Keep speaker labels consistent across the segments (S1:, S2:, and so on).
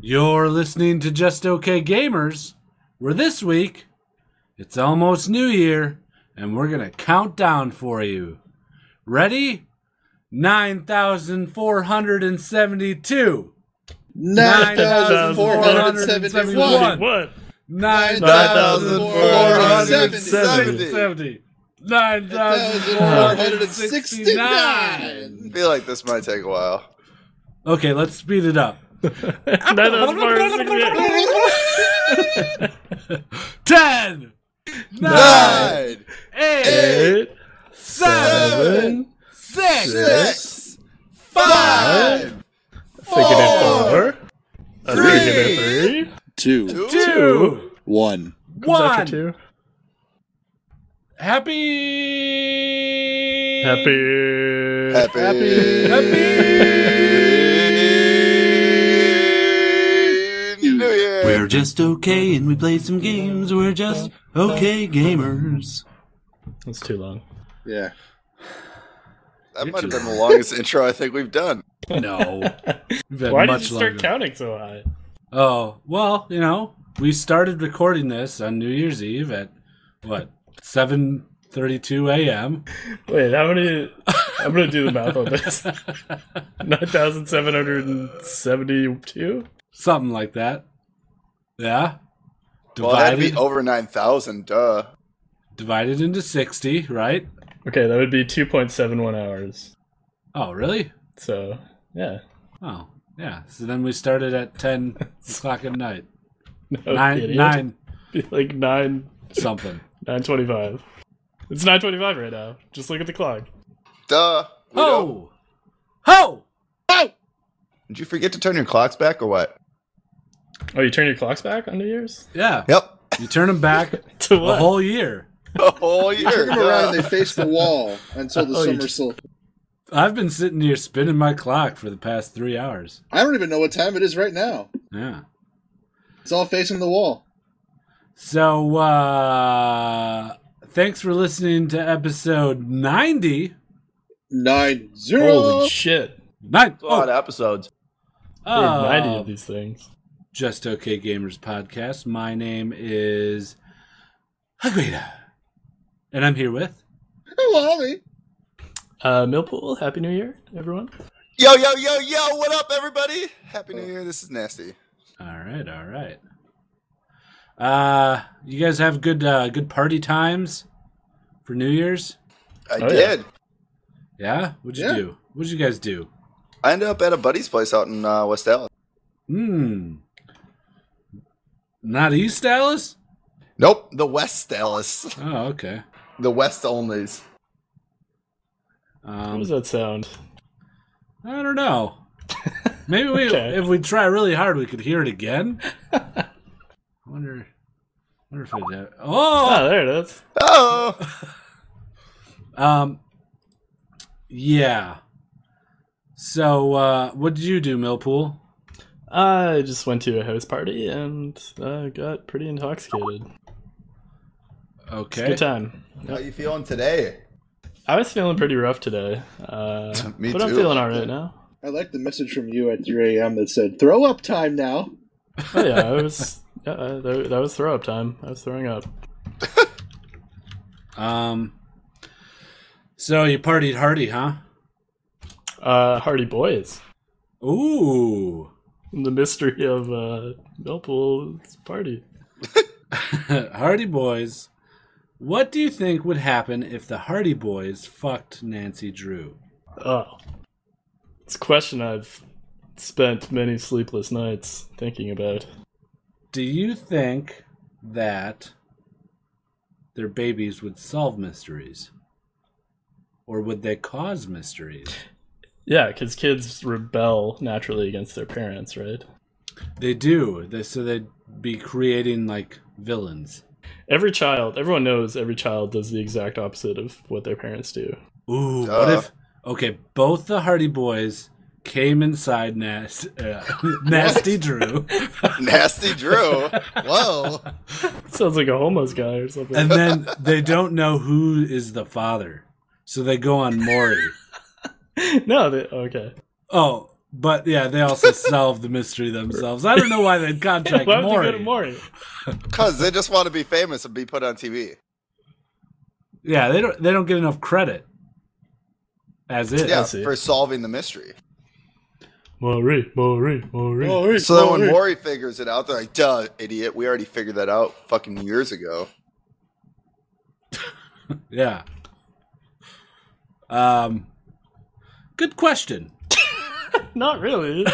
S1: You're listening to Just Okay Gamers, where this week it's almost New Year and we're going to count down for you. Ready? 9,472.
S2: 9,471.
S3: What?
S1: 9,470. 9,469.
S2: 1,469.
S4: I feel like this might take a while.
S1: Okay, let's speed it up.
S3: Nine thousand four hundred sixty-eight.
S1: 10, 9,
S4: Nine,
S1: 8,
S3: Eight,
S1: 7,
S3: seven,
S1: 6,
S4: six, five,
S3: thinking it
S4: Four,
S3: four, a thinking it three,
S2: Two,
S4: two,
S1: 2,
S2: one.
S3: comes after
S1: 1.
S3: two.
S1: Happy.
S3: Happy.
S4: happy, New Year.
S1: We're just okay and we play some games. We're just okay gamers.
S3: That's too long.
S2: Yeah.
S4: that might have been the longest intro I think we've done.
S1: No. We've had
S3: Why did
S1: much
S3: you start
S1: longer.
S3: counting so high?
S1: Oh, well, you know, we started recording this on New Year's Eve at what? 7:32 a.m.
S3: Wait, how many? I'm gonna do the math on this. Nine thousand seven hundred and seventy-two.
S1: Something like that. Yeah.
S4: Well, that'd be
S1: Divided
S4: over nine thousand. Duh.
S1: divided into 60, right?
S3: Okay, that would be two point seven one hours.
S1: Oh, really?
S3: So yeah,
S1: Oh, yeah. So then we started at 10 o'clock at night.
S3: no,
S1: Nine,
S3: idiot.
S1: nine
S3: like nine
S1: something.
S3: nine twenty-five. It's nine twenty-five right now. Just look at the clock.
S4: Duh. We
S2: Oh.
S4: don't-
S1: Ho! Ho!
S4: Did you forget to turn your clocks back or what?
S3: Oh, you turn your clocks back on New Year's?
S1: Yeah.
S4: Yep.
S1: You turn them back
S3: To
S1: a
S3: what?
S1: whole year.
S4: A whole year.
S2: Turn them around, they
S4: duh.
S2: face the wall until the
S3: Oh, you
S2: summer
S3: just-
S2: sol-
S1: I've been sitting here spinning my clock for the past three hours.
S2: I don't even know what time it is right now.
S1: Yeah.
S2: It's all facing the wall.
S1: So, uh, thanks for listening to episode 90.
S2: Nine zero.
S3: Holy shit.
S1: Nine,
S4: A lot
S1: oh,
S4: of episodes.
S3: There are 90
S1: uh,
S3: of these things.
S1: Just Okay Gamers podcast. My name is Hagueda. And I'm here with.
S2: Hello, Ollie.
S3: Uh, Millpool, Happy New Year, everyone.
S4: Yo, yo, yo, yo! What up, everybody? Happy New Year. This is nasty.
S1: All right, all right. Uh, you guys have good, uh, good party times for New Year's?
S4: I
S3: Oh, yeah.
S4: did.
S1: Yeah? What'd you
S2: Yeah.
S1: do? What'd you guys do?
S4: I ended up at a buddy's place out in uh, West Dallas.
S1: Hmm. Not East Dallas?
S4: Nope, the West Dallas,
S1: Oh, okay.
S4: the West onlys.
S1: Um,
S3: What does that sound?
S1: I don't know. Maybe we,
S3: Okay.
S1: if we try really hard, we could hear it again. I wonder, wonder if we. Oh,
S3: Oh, there it is.
S4: Oh,
S3: Oh.
S1: um, yeah. So, uh, what did you do, Millpool?
S3: I just went to a house party and uh, got pretty intoxicated. It's a
S1: Okay,
S3: good time.
S4: how you feeling today?
S3: I was feeling pretty rough today, uh,
S4: Me
S3: but I'm
S4: too.
S3: feeling all right now.
S2: I like the message from you at 3 a.m. that said, throw up time now.
S3: Oh yeah, I was. Yeah, uh, that, that was throw up time. I was throwing up.
S1: um, so you partied hardy, huh?
S3: Uh, Hardy Boys,
S1: Ooh,
S3: the mystery of uh, Millpool's party.
S1: Hardy Boys. What do you think would happen if the Hardy Boys fucked Nancy Drew?
S3: Oh. It's a question I've spent many sleepless nights thinking about.
S1: Do you think that their babies would solve mysteries? Or would they cause mysteries?
S3: Yeah, because kids rebel naturally against their parents, right?
S1: They do. They, so they'd be creating like villains.
S3: Every child, everyone knows every child does the exact opposite of what their parents do.
S1: Ooh, what
S4: Duh.
S1: if. Okay, both the Hardy Boys came inside Nas- uh, Nasty Drew,
S4: Nasty Drew. Whoa.
S3: Sounds like a homeless guy or something.
S1: and then they don't know who is the father. So they go on Maury.
S3: no, they, okay.
S1: Oh, But yeah, they also solved the mystery themselves. I don't know why they'd contract
S3: Why would
S1: Maury.
S3: you go to Maury?
S4: Because they just want to be famous and be put on TV.
S1: Yeah, they don't they don't get enough credit. As is.
S4: Yeah,
S3: see.
S4: for solving the mystery.
S3: Maury, Maury, Maury.
S4: So then when Maury figures it out, they're like, duh, idiot, we already figured that out fucking years ago.
S1: Yeah. Um good question.
S3: Not really.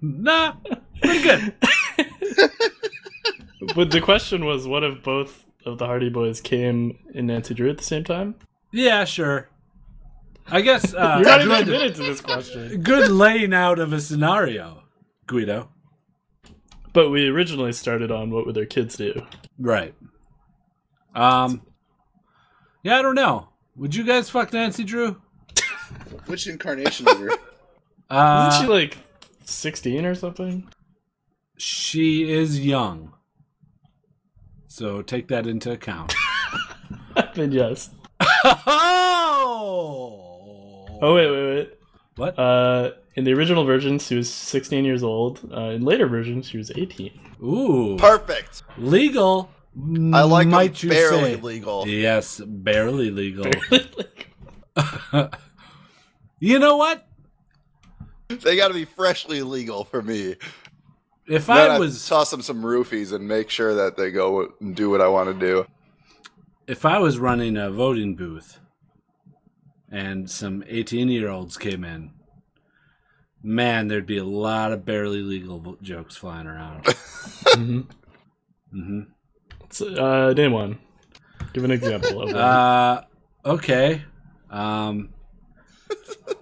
S1: Nah. Pretty good.
S3: but the question was, what if both of the Hardy Boys came in Nancy Drew at the same time?
S1: yeah, sure. I guess uh
S3: You're not even
S1: good-
S3: admitted to this question.
S1: good laying out of a scenario, Guido.
S3: But we originally started on what would their kids do?
S1: Right. Um. Yeah, I don't know. Would you guys fuck Nancy Drew?
S2: Which incarnation of her?
S1: Uh,
S3: Isn't she like 16 or something?
S1: she is young, so take that into account.
S3: then yes.
S1: oh.
S3: Oh, wait, wait, wait.
S1: What?
S3: Uh, in the original version, she was 16 years old. Uh, in later versions, she was 18.
S1: Ooh.
S4: Perfect.
S1: legal.
S4: I like 'em
S1: might you
S4: barely
S1: say.
S4: legal.
S1: Yes, barely legal. you know what?
S4: They got to be freshly legal for me.
S1: If
S4: Then
S1: I
S4: I
S1: was
S4: toss them some roofies and make sure that they go and do what I want to do.
S1: if I was running a voting booth and some 18 year olds came in, man, there'd be a lot of barely legal vo- jokes flying around.
S3: Mhm.
S1: hmm
S3: So, uh, name one. Give an example. Of one.
S1: Uh, okay. Um,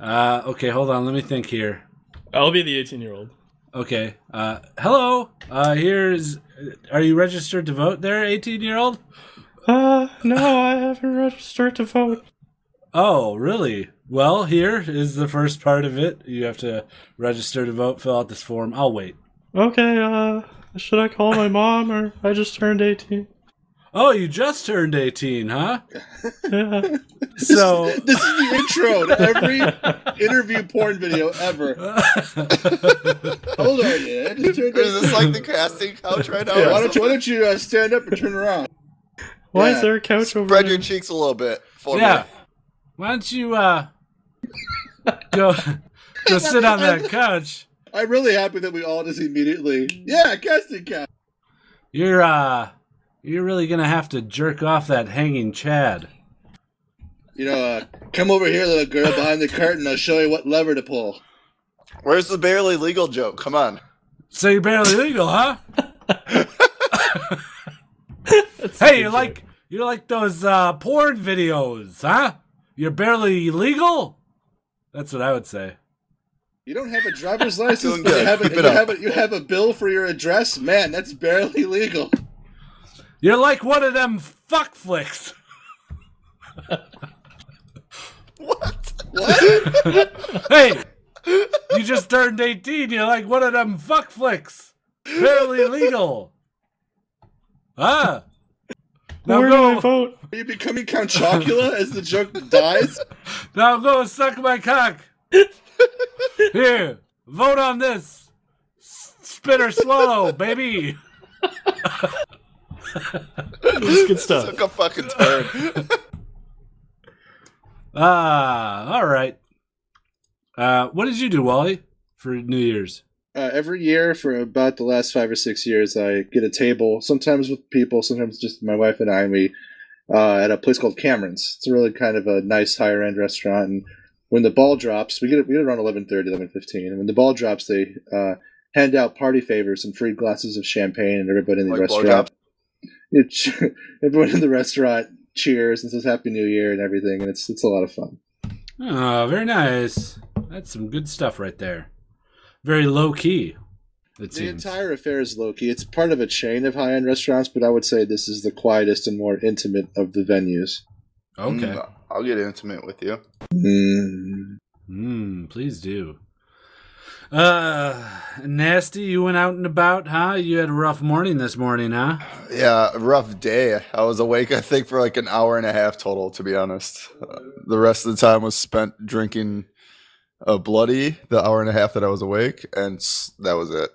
S1: uh, okay, hold on. Let me think here.
S3: I'll be the 18 year old.
S1: Okay. Uh, hello. Uh, here's. Are you registered to vote there, 18 year old?
S3: Uh, no, I haven't registered to vote.
S1: Oh, really? Well, here is the first part of it. You have to register to vote, fill out this form. I'll wait.
S3: Okay, uh, should I call my mom or I just turned 18?
S1: Oh, you just turned 18, huh?
S3: Yeah.
S1: So,
S2: This is the intro to every interview porn video ever. Hold on, yeah. Just turn
S4: Is
S2: this-
S4: this like the casting couch right now?
S2: Why don't you, why don't you uh, stand up and turn around?
S3: Why is
S2: Yeah.
S3: there a couch over
S4: Spread
S3: there?
S4: your cheeks a little bit for
S1: yeah.
S4: me.
S1: Why don't you uh go go sit on that couch?
S2: I'm really happy that we all just immediately, yeah, casting couch.
S1: You're uh you're really going to have to jerk off that hanging Chad.
S2: You know, uh, come over here, little girl, behind the curtain. I'll show you what lever to pull.
S4: Where's the barely legal joke? Come on.
S1: So you're barely legal, huh?
S3: That's a
S1: Hey,
S3: good
S1: you
S3: joke.
S1: like you like those uh porn videos, huh? You're barely legal? That's what I would say.
S2: You don't have a driver's license,
S4: Doing
S2: but you
S4: good.
S2: have, a,
S4: Keep it
S2: you,
S4: up.
S2: have a, you have a bill for your address? Man, that's barely legal.
S1: You're like one of them fuck flicks.
S4: What?
S2: What?
S1: Hey, you just turned 18. You're like one of them fuck flicks. Barely legal. Ah. Now
S3: Where do I
S1: go,
S3: vote?
S2: Are you becoming Count Chocula as the joke dies?
S1: now go suck my cock. Here, vote on this. S- Spit or swallow, baby.
S3: It's good stuff.
S4: Took a fucking turn.
S1: Ah, all right. Uh, what did you do, Wally, for New Year's?
S2: Uh, every year, for about the last five or six years, I get a table, sometimes with people, sometimes just my wife and I, and we uh, at a place called Cameron's. It's a really kind of a nice higher end restaurant. And when the ball drops, we get it, we get it around 11.30, 11.15. And when the ball drops, they uh, hand out party favors and free glasses of champagne, and everybody in the
S4: Like
S2: restaurant. You che- everyone in the restaurant cheers and says Happy New Year and everything, and it's it's a lot of fun.
S1: Oh, very nice. That's some good stuff right there. Very low key. It
S2: The
S1: seems.
S2: entire affair is low key. It's part of a chain of high end restaurants, but I would say this is the quietest and more intimate of the venues.
S1: Okay.
S4: Mm, I'll get intimate with you.
S2: Mm.
S1: Mm, please do. Uh, nasty. You went out and about, huh? You had a rough morning this morning, huh?
S4: Yeah, rough day. I was awake, I think, for like an hour and a half total, to be honest. Uh, The rest of the time was spent drinking uh, bloody the hour and a half that I was awake, and s- that was it.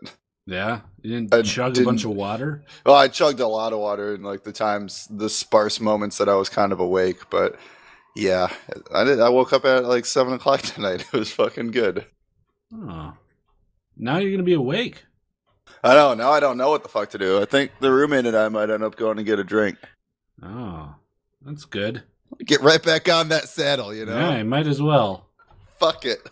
S1: Yeah, you didn't
S4: I
S1: chug a
S4: didn't-
S1: bunch of water.
S4: Well, I chugged a lot of water in like the times, the sparse moments that I was kind of awake, but yeah, I did. I woke up at like seven o'clock tonight. It was fucking good.
S1: Oh. Now you're gonna be awake.
S4: I don't know. I don't know what the fuck to do. I think the roommate and I might end up going to get a drink.
S1: Oh, that's good.
S4: Get right back on that saddle, you know?
S1: Yeah, I might as well.
S4: Fuck it.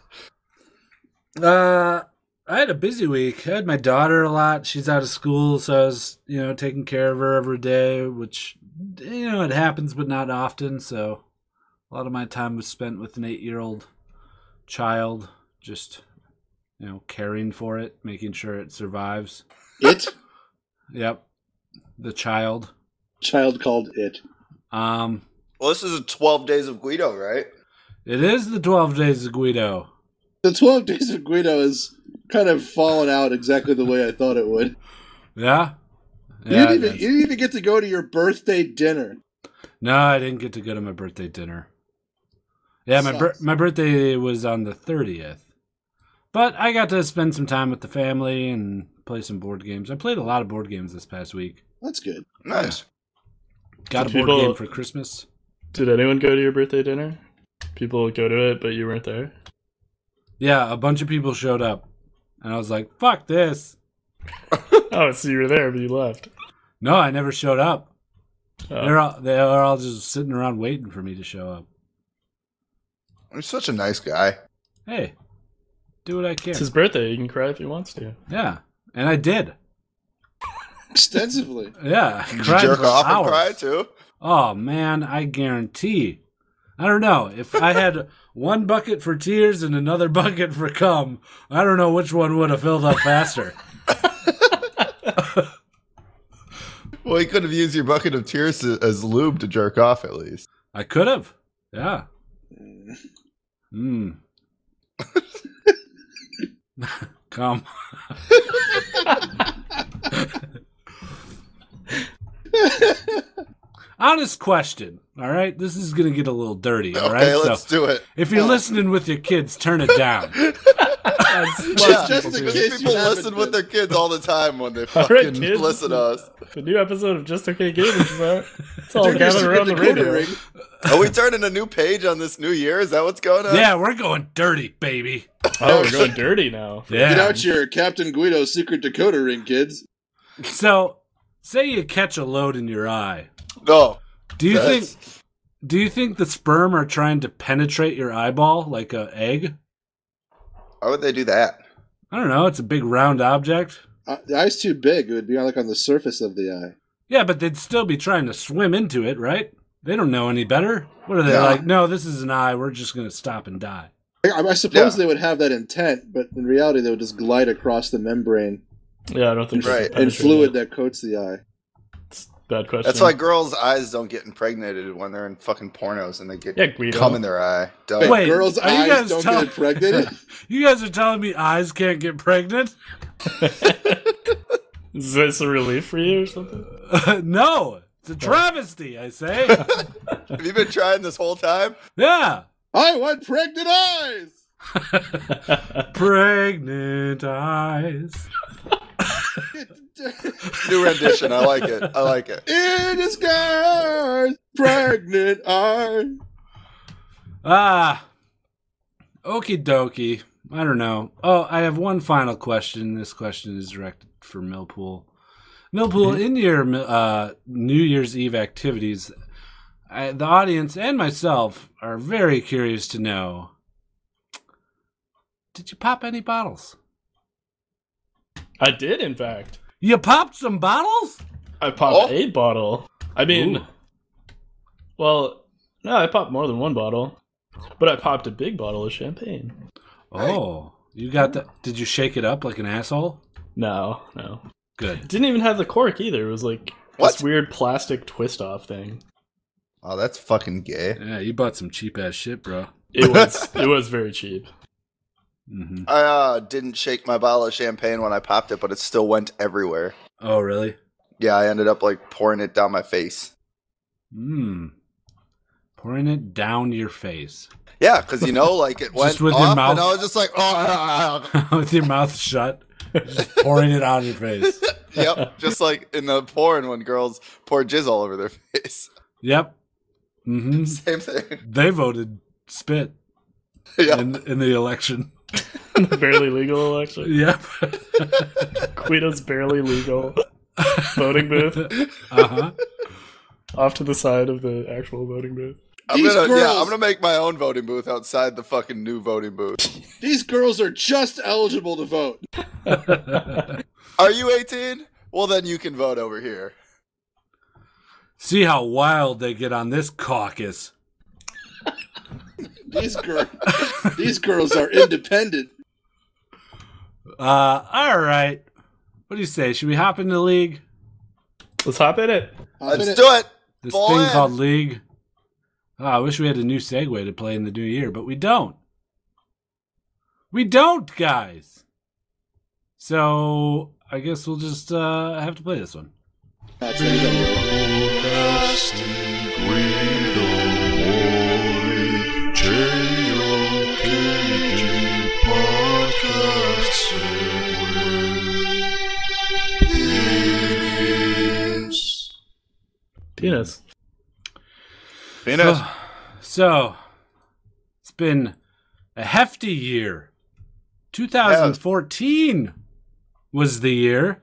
S1: Uh, I had a busy week. I had my daughter a lot. She's out of school, so I was, you know, taking care of her every day, which, you know, it happens, but not often. So a lot of my time was spent with an eight year old child, just, you know, caring for it, making sure it survives.
S2: It
S1: Yep. The child.
S2: child called it.
S1: Um,
S4: Well, this is a 12 days of Guido, right?
S1: it is the 12 days of Guido.
S2: The Twelve Days of Guido is kind of fallen out exactly the way I thought it would.
S1: Yeah.
S2: you
S1: Yeah,
S2: didn't
S1: it
S2: even
S1: is.
S2: you didn't even get to go to your birthday dinner.
S1: No, I didn't get to go to my birthday dinner. Yeah, my bir-
S2: Sucks.
S1: my birthday was on the thirtieth, but I got to spend some time with the family and play some board games. I played a lot of board games this past week.
S2: That's good.
S4: Nice.
S1: Got
S3: Did
S1: a board
S3: people-
S1: game for Christmas.
S3: Did anyone go to your birthday dinner? People go to it, but you weren't there.
S1: Yeah, a bunch of people showed up, and I was like, "Fuck this!"
S3: Oh, so you were there, but you left.
S1: No, I never showed up.
S3: Oh,
S1: They're all they're all just sitting around waiting for me to show up.
S4: You're such a nice guy.
S1: Hey, do what I can.
S3: it's his birthday. He can cry if he wants to.
S1: Yeah, and I did.
S2: Extensively.
S1: Yeah, I
S4: Did you
S1: cried
S4: jerk
S1: for
S4: off
S1: hours.
S4: and cry too?
S1: Oh man, I guarantee. I don't know. If I had one bucket for tears and another bucket for cum, I don't know which one would have filled up faster.
S4: Well, you could have used your bucket of tears to, as lube to jerk off at least.
S1: I could have. Yeah. Hmm. cum. Honest question. All right. This is going to get a little dirty. All right.
S4: okay, let's
S1: so
S4: do it.
S1: if you're listening with your kids, turn it down.
S4: Yeah,
S2: Just- just in
S4: people
S2: case you haven't
S4: listen
S2: been.
S4: with their kids all the time when they
S3: All
S4: fucking
S3: right, kids.
S4: listen to us.
S3: The new episode of Just Okay Gamers is out. It's all
S2: Dude, you should
S3: gathered around the
S2: get the Guido
S3: radio.
S2: ring.
S4: Are we turning a new page on this new year? Is that what's going on?
S1: Yeah, we're going dirty, baby.
S3: Oh, we're going dirty now.
S2: Get
S1: Yeah.
S2: out your Captain Guido secret Dakota ring, kids.
S1: So, say you catch a load in your eye.
S4: No.
S1: Do you
S4: that's-
S1: think do you think the sperm are trying to penetrate your eyeball like a egg?
S4: Why would they do that?
S1: I don't know, it's a big round object.
S2: Uh, the eye's too big. It would be on, like on the surface of the eye.
S1: Yeah, but they'd still be trying to swim into it, right? They don't know any better. What are they
S4: Yeah.
S1: like? No, this is an eye. We're just going to stop and die.
S2: I, I suppose
S4: Yeah.
S2: they would have that intent, but in reality, they would just glide across the membrane
S3: Yeah, I don't think
S4: Right.
S3: right.
S2: and fluid that coats the eye.
S3: That's a bad question.
S4: That's why girls' eyes don't get impregnated when they're in fucking pornos and they get
S3: Yeah, Guido.
S4: cum in their eye. Duh.
S2: Wait,
S1: Wait,
S2: girls'
S1: are you
S2: eyes
S1: guys
S2: don't
S1: tell-
S2: get impregnated.
S1: You guys are telling me eyes can't get pregnant?
S3: Is this a relief for you or something?
S1: no. It's a travesty, I say.
S4: Have you been trying this whole time?
S1: yeah.
S2: I want pregnant eyes.
S1: Pregnant eyes.
S4: New rendition. I like it. I like it.
S2: In disguise, pregnant eyes.
S1: Ah, okie dokie. I don't know. Oh, I have one final question. This question is directed for Millpool. Millpool, in your uh, New Year's Eve activities, I, the audience and myself are very curious to know: Did you pop any bottles?
S3: I did, in fact.
S1: You popped some bottles?
S3: I
S4: Oh.
S3: popped a bottle. I mean,
S1: Ooh.
S3: well, no, I popped more than one bottle, but I popped a big bottle of champagne.
S1: Oh, you got the? Did you shake it up like an asshole?
S3: No, no,
S1: Good.
S3: didn't even have the cork either. It was like
S4: What?
S3: this weird plastic twist off thing.
S4: Oh, that's fucking gay.
S1: Yeah, you bought some cheap ass shit, bro.
S3: It was it was very cheap.
S1: hmm
S4: I uh, didn't shake my bottle of champagne when I popped it, but it still went everywhere.
S1: Oh, really?
S4: Yeah, I ended up like pouring it down my face.
S1: Hmm. Mm. pouring it down your face
S4: Yeah, because you know, like it went
S1: Just with your
S4: off,
S1: mouth?
S4: and I was just like, oh,
S1: with your mouth shut, just pouring it on your face.
S4: yep, just like in the porn when girls pour jizz all over their face.
S1: Yep. hmm
S4: Same thing.
S1: They voted spit
S4: Yep.
S1: in, in the election.
S3: barely legal election.
S1: Yep.
S3: Guido's barely legal voting booth
S1: Uh-huh.
S3: off to the side of the actual voting booth.
S4: I'm
S2: These
S4: gonna, yeah,
S2: girls-
S4: I'm gonna make my own voting booth outside the fucking new voting booth.
S2: These girls are just eligible to vote.
S4: Are you 18? Well, then you can vote over here.
S1: See how wild they get on this caucus.
S2: These girls, these girls are independent.
S1: Uh, all right. What do you say? Should we hop into league?
S3: Let's hop in it.
S2: I'm
S4: Let's
S2: in
S4: do it.
S1: This
S4: Ball
S1: thing
S4: in.
S1: called league. Oh, I wish we had a new segue to play in the new year, but we don't. We don't, guys. So I guess we'll just uh, have to play this one.
S2: That's how you do it.
S3: Penis.
S4: Penis.
S1: So it's been a hefty year. 2014 was the year,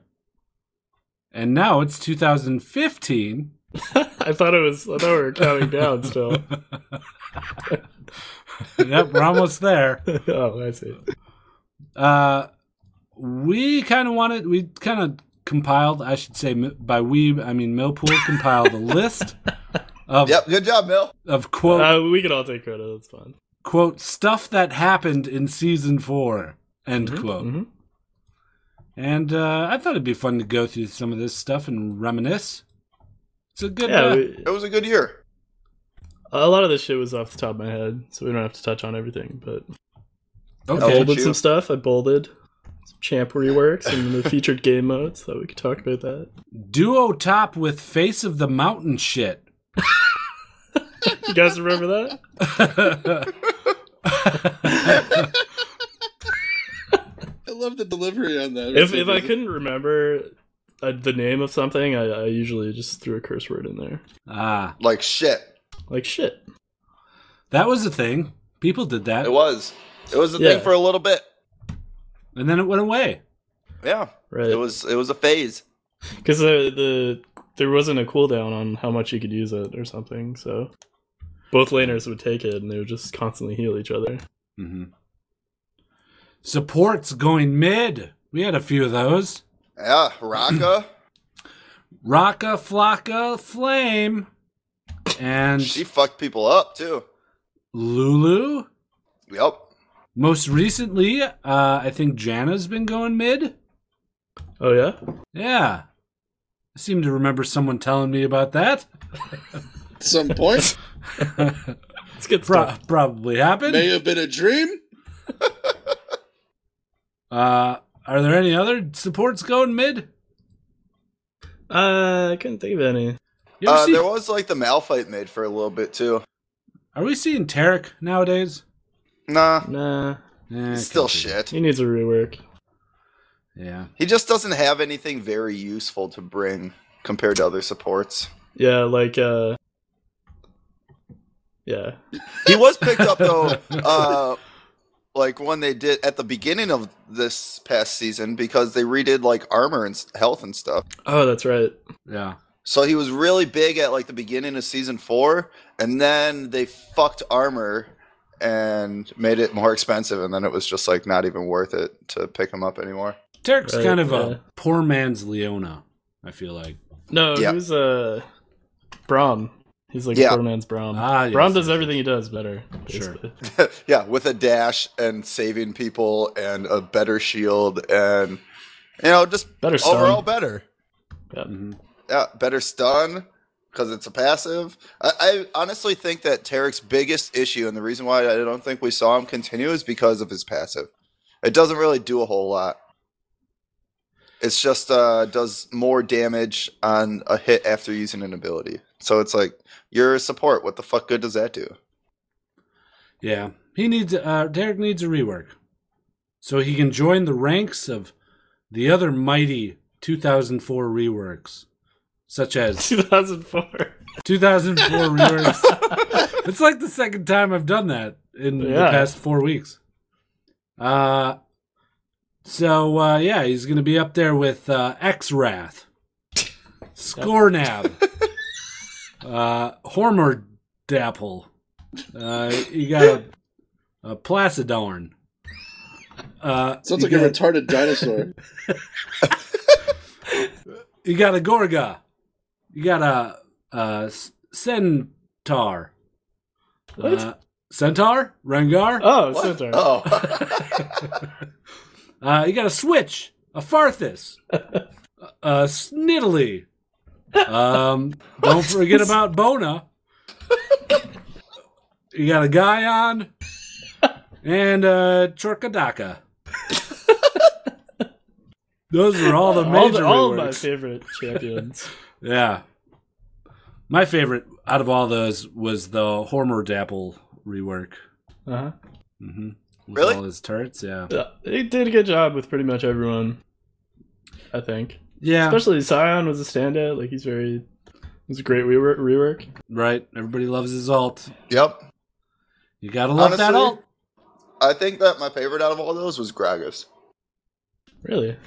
S1: and now it's 2015.
S3: I thought it was. I thought we were counting down still.
S1: Yep, we're almost there.
S3: oh, I see.
S1: Uh, we kind of wanted, we kind of compiled, I should say, mi- by we, I mean Millpool compiled a list of,
S4: Yep. Good job, Mill.
S1: of quote,
S3: Uh, we can all take credit. That's fine.
S1: quote, stuff that happened in season four, end quote.
S3: Mhm.
S1: And uh, I thought it'd be fun to go through some of this stuff and reminisce. It's a good,
S3: Yeah,
S1: uh,
S3: we,
S4: It was a good year.
S3: a lot of this shit was off the top of my head, so we don't have to touch on everything. But I
S1: okay.
S4: Old-
S3: bolded
S4: you.
S3: some stuff. I bolded some champ reworks and the featured game modes. So we could talk about that.
S1: Duo top with face of the mountain shit.
S3: You guys remember that?
S2: I love the delivery on that.
S3: If if I couldn't remember uh, the name of something, I, I usually just threw a curse word in there,
S1: ah,
S4: Like shit.
S3: like shit.
S1: that was a thing. People did that.
S4: It was. It was a
S3: Yeah.
S4: thing for a little bit.
S1: And then it went away.
S4: Yeah. It
S3: Right.
S4: was. It was a phase.
S3: Because the, the there wasn't a cooldown on how much you could use it or something, so both laners would take it and they would just constantly heal each other.
S1: Mm-hmm. Supports going mid. We had a few of those.
S4: Yeah. Raka.
S1: Rocka, Flocka, Flame, and
S4: she fucked people up too.
S1: Lulu.
S4: Yep.
S1: Most recently, uh, I think Jana's been going mid.
S3: Oh yeah,
S1: Yeah. I seem to remember someone telling me about that.
S2: At some point,
S3: it's good
S1: Pro-
S3: stuff.
S1: probably happened.
S2: may have been a dream.
S1: Uh, are there any other supports going mid?
S3: Uh, I couldn't think of any.
S1: You ever
S4: Uh,
S1: see-
S4: there was like the Malphite made for a little bit too.
S1: Are we seeing Tarek nowadays?
S4: Nah.
S3: Nah,
S1: Eh,
S4: Still
S1: can't be.
S4: shit.
S3: he needs a rework.
S1: Yeah.
S4: He just doesn't have anything very useful to bring compared to other supports.
S3: Yeah, like uh, yeah,
S4: He was picked up though, uh, like when they did at the beginning of this past season because they redid like armor and s- health and stuff.
S3: Oh, that's right.
S1: Yeah.
S4: So he was really big at like the beginning of season four, and then they fucked armor and made it more expensive, and then it was just like not even worth it to pick him up anymore.
S1: Tarek's
S3: Right,
S1: kind of
S3: yeah.
S1: a poor man's Leona, I feel like.
S3: No,
S4: Yeah.
S3: he was uh, Brom. He's like
S4: Yeah.
S3: poor man's Brom.
S1: Ah, yes,
S3: Brom does
S1: yes,
S3: everything he does better. uh, basically.
S4: yeah, with a dash and saving people and a better shield and you know just
S3: Better
S4: overall
S3: stun.
S4: better.
S1: Mhm.
S4: Yeah, better stun because it's a passive. I, I honestly think that Tarek's biggest issue and the reason why I don't think we saw him continue is because of his passive. It doesn't really do a whole lot. It's just uh, does more damage on a hit after using an ability. So it's like your support. What the fuck good does that do?
S1: Yeah, he needs. Uh, Derek needs a rework, so he can join the ranks of the other mighty 2004 reworks, such as
S3: 2004.
S1: 2004 reworks. it's like the second time I've done that in the
S3: Yeah.
S1: past four weeks. Uh, so uh, yeah, he's gonna be up there with uh, X Wrath, Scornab, uh, Hormor Dapple. Uh, you got a, a Placidorn. Uh,
S2: Sounds
S1: you
S2: like a
S1: got-
S2: retarded dinosaur.
S1: You got a Gorga. You got a, a s- Centaur.
S3: What?
S1: Uh, centaur? Rengar?
S3: oh,
S4: What?
S3: Centaur.
S4: Oh,
S1: Uh, you got a Switch. A Farthus. a Snittily. Um, don't forget about Bona. You got a Guyon. And a Chorkadaka. Those are all the major
S3: all, the, all of my
S1: reworks.
S3: favorite champions.
S1: Yeah. My favorite out of all those was the Hormor Dapple rework.
S3: Uh-huh.
S1: Mm-hmm. With
S4: Really?
S1: all his turrets, yeah.
S3: Yeah, They did a good job with pretty much everyone. I think,
S1: Yeah,
S3: especially Scion was a standout. Like he's very, it was a great rework. rework.
S1: right. Everybody loves his alt.
S4: yep.
S1: You gotta love that
S4: Honestly-
S1: alt.
S4: I think that my favorite out of all those was Gragas.
S3: Really,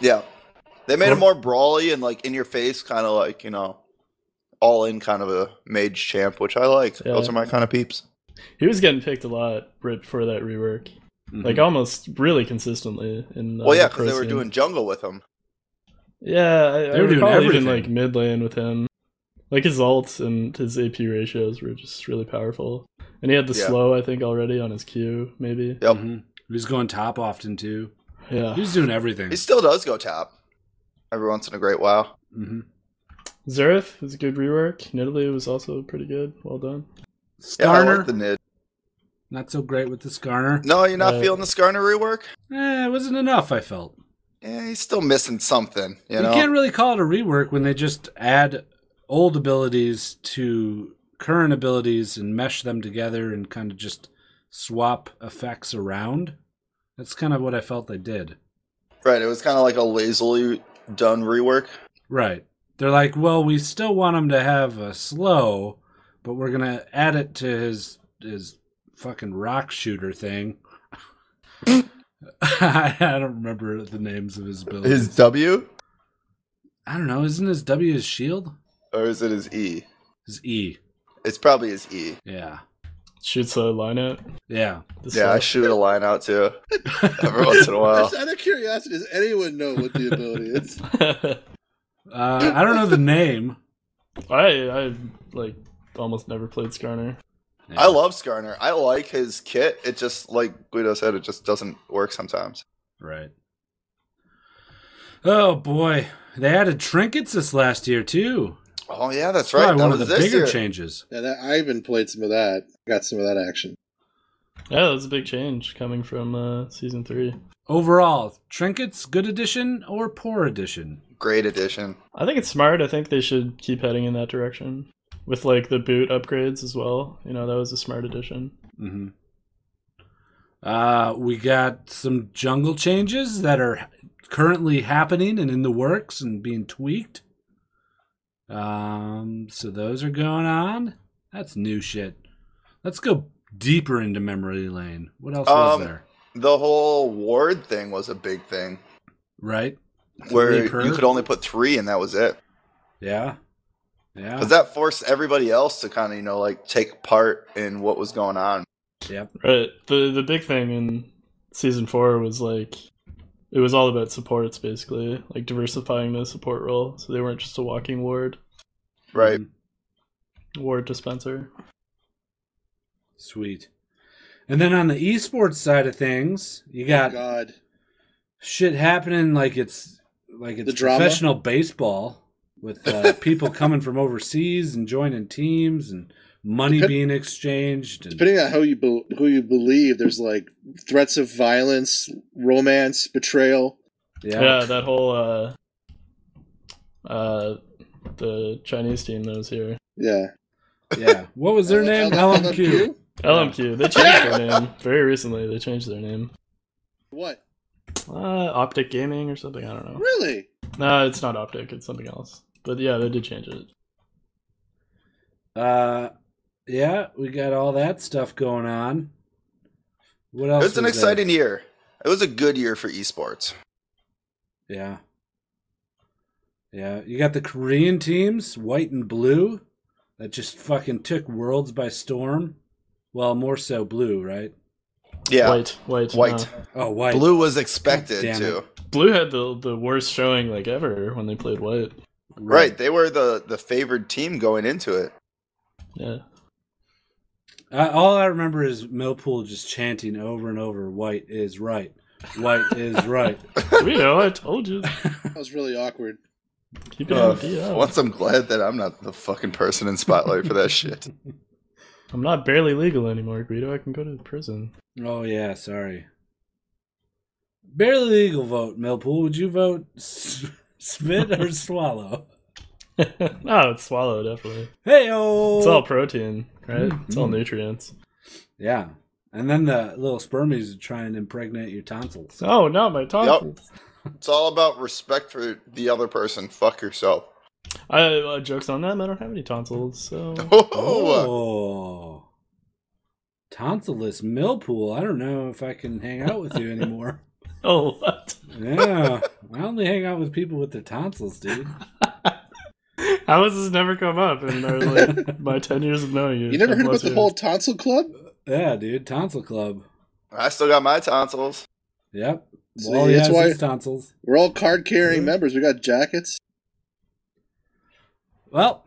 S4: Yeah, they made
S1: Or-
S4: him more brawly and like in your face, kind of like you know, all in kind of a mage champ, which I like.
S3: Yeah.
S4: Those are my kind of peeps.
S3: he was getting picked a lot right for that rework.
S1: Mhm.
S3: Like almost really consistently. In uh,
S4: well, yeah,
S3: the
S4: because they
S3: pro
S4: were
S3: scene.
S4: doing jungle with him.
S3: Yeah, I, I
S1: They were doing
S3: recall even
S1: everything.
S3: like mid lane with him. Like his ults and his AP ratios were just really powerful. And he had the
S4: Yeah.
S3: slow, I think, already on his Q, maybe.
S4: Yep.
S1: Mhm. He was going top often too.
S3: Yeah.
S1: He was doing everything.
S4: He still does go top every once in a great while.
S1: hmm
S3: Xerath was a good rework. Nidalee was also pretty good. Well done.
S4: Yeah, I
S1: Skarner,
S4: like the nid.
S1: not so great with the Skarner.
S4: No, you're not
S3: Uh,
S4: feeling the Skarner rework.
S1: Eh, it wasn't enough. I felt
S4: Yeah, he's still missing something. You
S1: you
S4: know,
S1: can't really call it a rework when they just add old abilities to current abilities and mesh them together and kind of just swap effects around. That's kind of what I felt they did.
S4: right? It was kind of like a lazily done rework.
S1: Right. They're like, well, we still want him to have a slow, but we're gonna add it to his his fucking rock shooter thing. I don't remember the names of his abilities.
S4: W
S1: I don't know. Isn't his W his shield?
S4: or is it his E?
S1: His E.
S4: It's probably his E.
S1: Yeah.
S3: Shoots a line out.
S1: Yeah.
S3: The
S4: Yeah, I
S3: slow.
S4: shoot a line out too every
S1: Uh,
S4: once in a while.
S2: Just out of curiosity, does anyone know what the ability is?
S1: Uh, I don't know the name.
S3: I, I, like, almost never played Skarner.
S4: I love Skarner. I like his kit. It just like Guido said, it just doesn't work sometimes.
S1: Right. Oh boy, they added trinkets this last year too.
S4: Oh yeah, that's right.
S1: Probably
S4: That
S1: one of
S4: was
S1: the
S4: this
S1: bigger
S4: year.
S1: changes.
S2: Yeah, that, I even played some of that. Got some of that action. Oh
S3: Yeah, that's a big change coming from uh, season three.
S1: Overall, trinkets good edition or poor edition?
S4: Great edition.
S3: I think it's smart. I think they should keep heading in that direction with like the boot upgrades as well. You know, that was a smart addition.
S1: Mm-hmm. Uh, we got some jungle changes that are currently happening and in the works and being tweaked. Um, so those are going on. That's new shit. Let's go deeper into memory lane. What else was
S4: Um,
S1: there?
S4: The whole ward thing was a big thing
S1: Right?
S4: where
S1: per?
S4: you could only put three and that was it.
S1: Yeah. Yeah.
S4: Because that forced everybody else to kind of, you know, like take part in what was going on.
S3: Right. The the big thing in season four was like it was all about supports basically, like diversifying the support role. So they weren't just a walking ward
S4: Right.
S1: Mhm.
S3: ward dispenser.
S1: Sweet. And then on the esports side of things, you got
S2: God.
S1: shit happening like it's like it's
S2: The drama?
S1: professional baseball with uh, people coming from overseas and joining teams and money
S2: Depend-
S1: being exchanged and
S2: Depending on how you be- who you believe, there's like threats of violence, romance, betrayal.
S1: Yeah.
S3: Yeah, that whole uh, uh, the Chinese team that was here.
S2: Yeah.
S1: Yeah. What was their name? LMQ.
S3: LMQ. They changed their name very recently. They changed their name.
S2: What?
S3: Uh, Optic Gaming or something. I don't know.
S2: Really?
S3: No, it's not Optic. It's something else. But yeah, they did change it.
S1: Uh, yeah, we got all that stuff going on. What else?
S4: It's an
S1: was there?
S4: exciting year. It was a good year for esports.
S1: Yeah. Yeah, you got the Korean teams, white and blue, that just fucking took worlds by storm. Well, more so blue, right?
S4: Yeah, white.
S3: White, white, no.
S1: Oh, white.
S4: Blue was
S1: God
S4: expected
S1: damn
S4: to.
S1: it.
S3: Blue had the the worst showing like ever when they played white.
S4: Right. They were the, the favored team going into it.
S3: Yeah,
S1: I, all I remember is Millpool just chanting over and over, "White is right, white is right."
S3: we know. I told you.
S2: That was really awkward.
S3: Keep it
S4: Uh,
S3: on the DL.
S4: once I'm glad that I'm not the fucking person in spotlight for that shit.
S3: I'm not barely legal anymore, Guido. I can go to prison.
S1: Oh yeah, sorry. Barely legal vote, Millpool. Would you vote s- spit or swallow?
S3: no, it's swallow definitely.
S1: Hey
S3: It's all protein, right? It's all
S2: Mm-hmm.
S1: Mhm.
S3: nutrients.
S1: Yeah. And then the little spermies would try and impregnate your tonsils.
S3: Oh no, my tonsils.
S4: It's all about respect for the other person. Fuck yourself.
S3: I uh, jokes on them. I don't have any tonsils, so
S4: Oh,
S1: Oh. Tonsilless Millpool. I don't know if I can hang out with you anymore.
S3: oh what?
S1: yeah. I only hang out with people with their tonsils, dude.
S3: How has this never come up in our, like, my ten years of knowing you?
S2: You never
S3: 10
S2: heard about
S3: plus
S2: the
S3: years?
S2: whole tonsil club?
S1: Yeah, dude. Tonsil Club.
S4: I still got my tonsils.
S1: Yep.
S2: See,
S1: Wally
S2: that's
S1: has
S2: why-
S1: his tonsils.
S2: We're all card carrying
S1: Mhm.
S2: members. We got jackets.
S1: Well,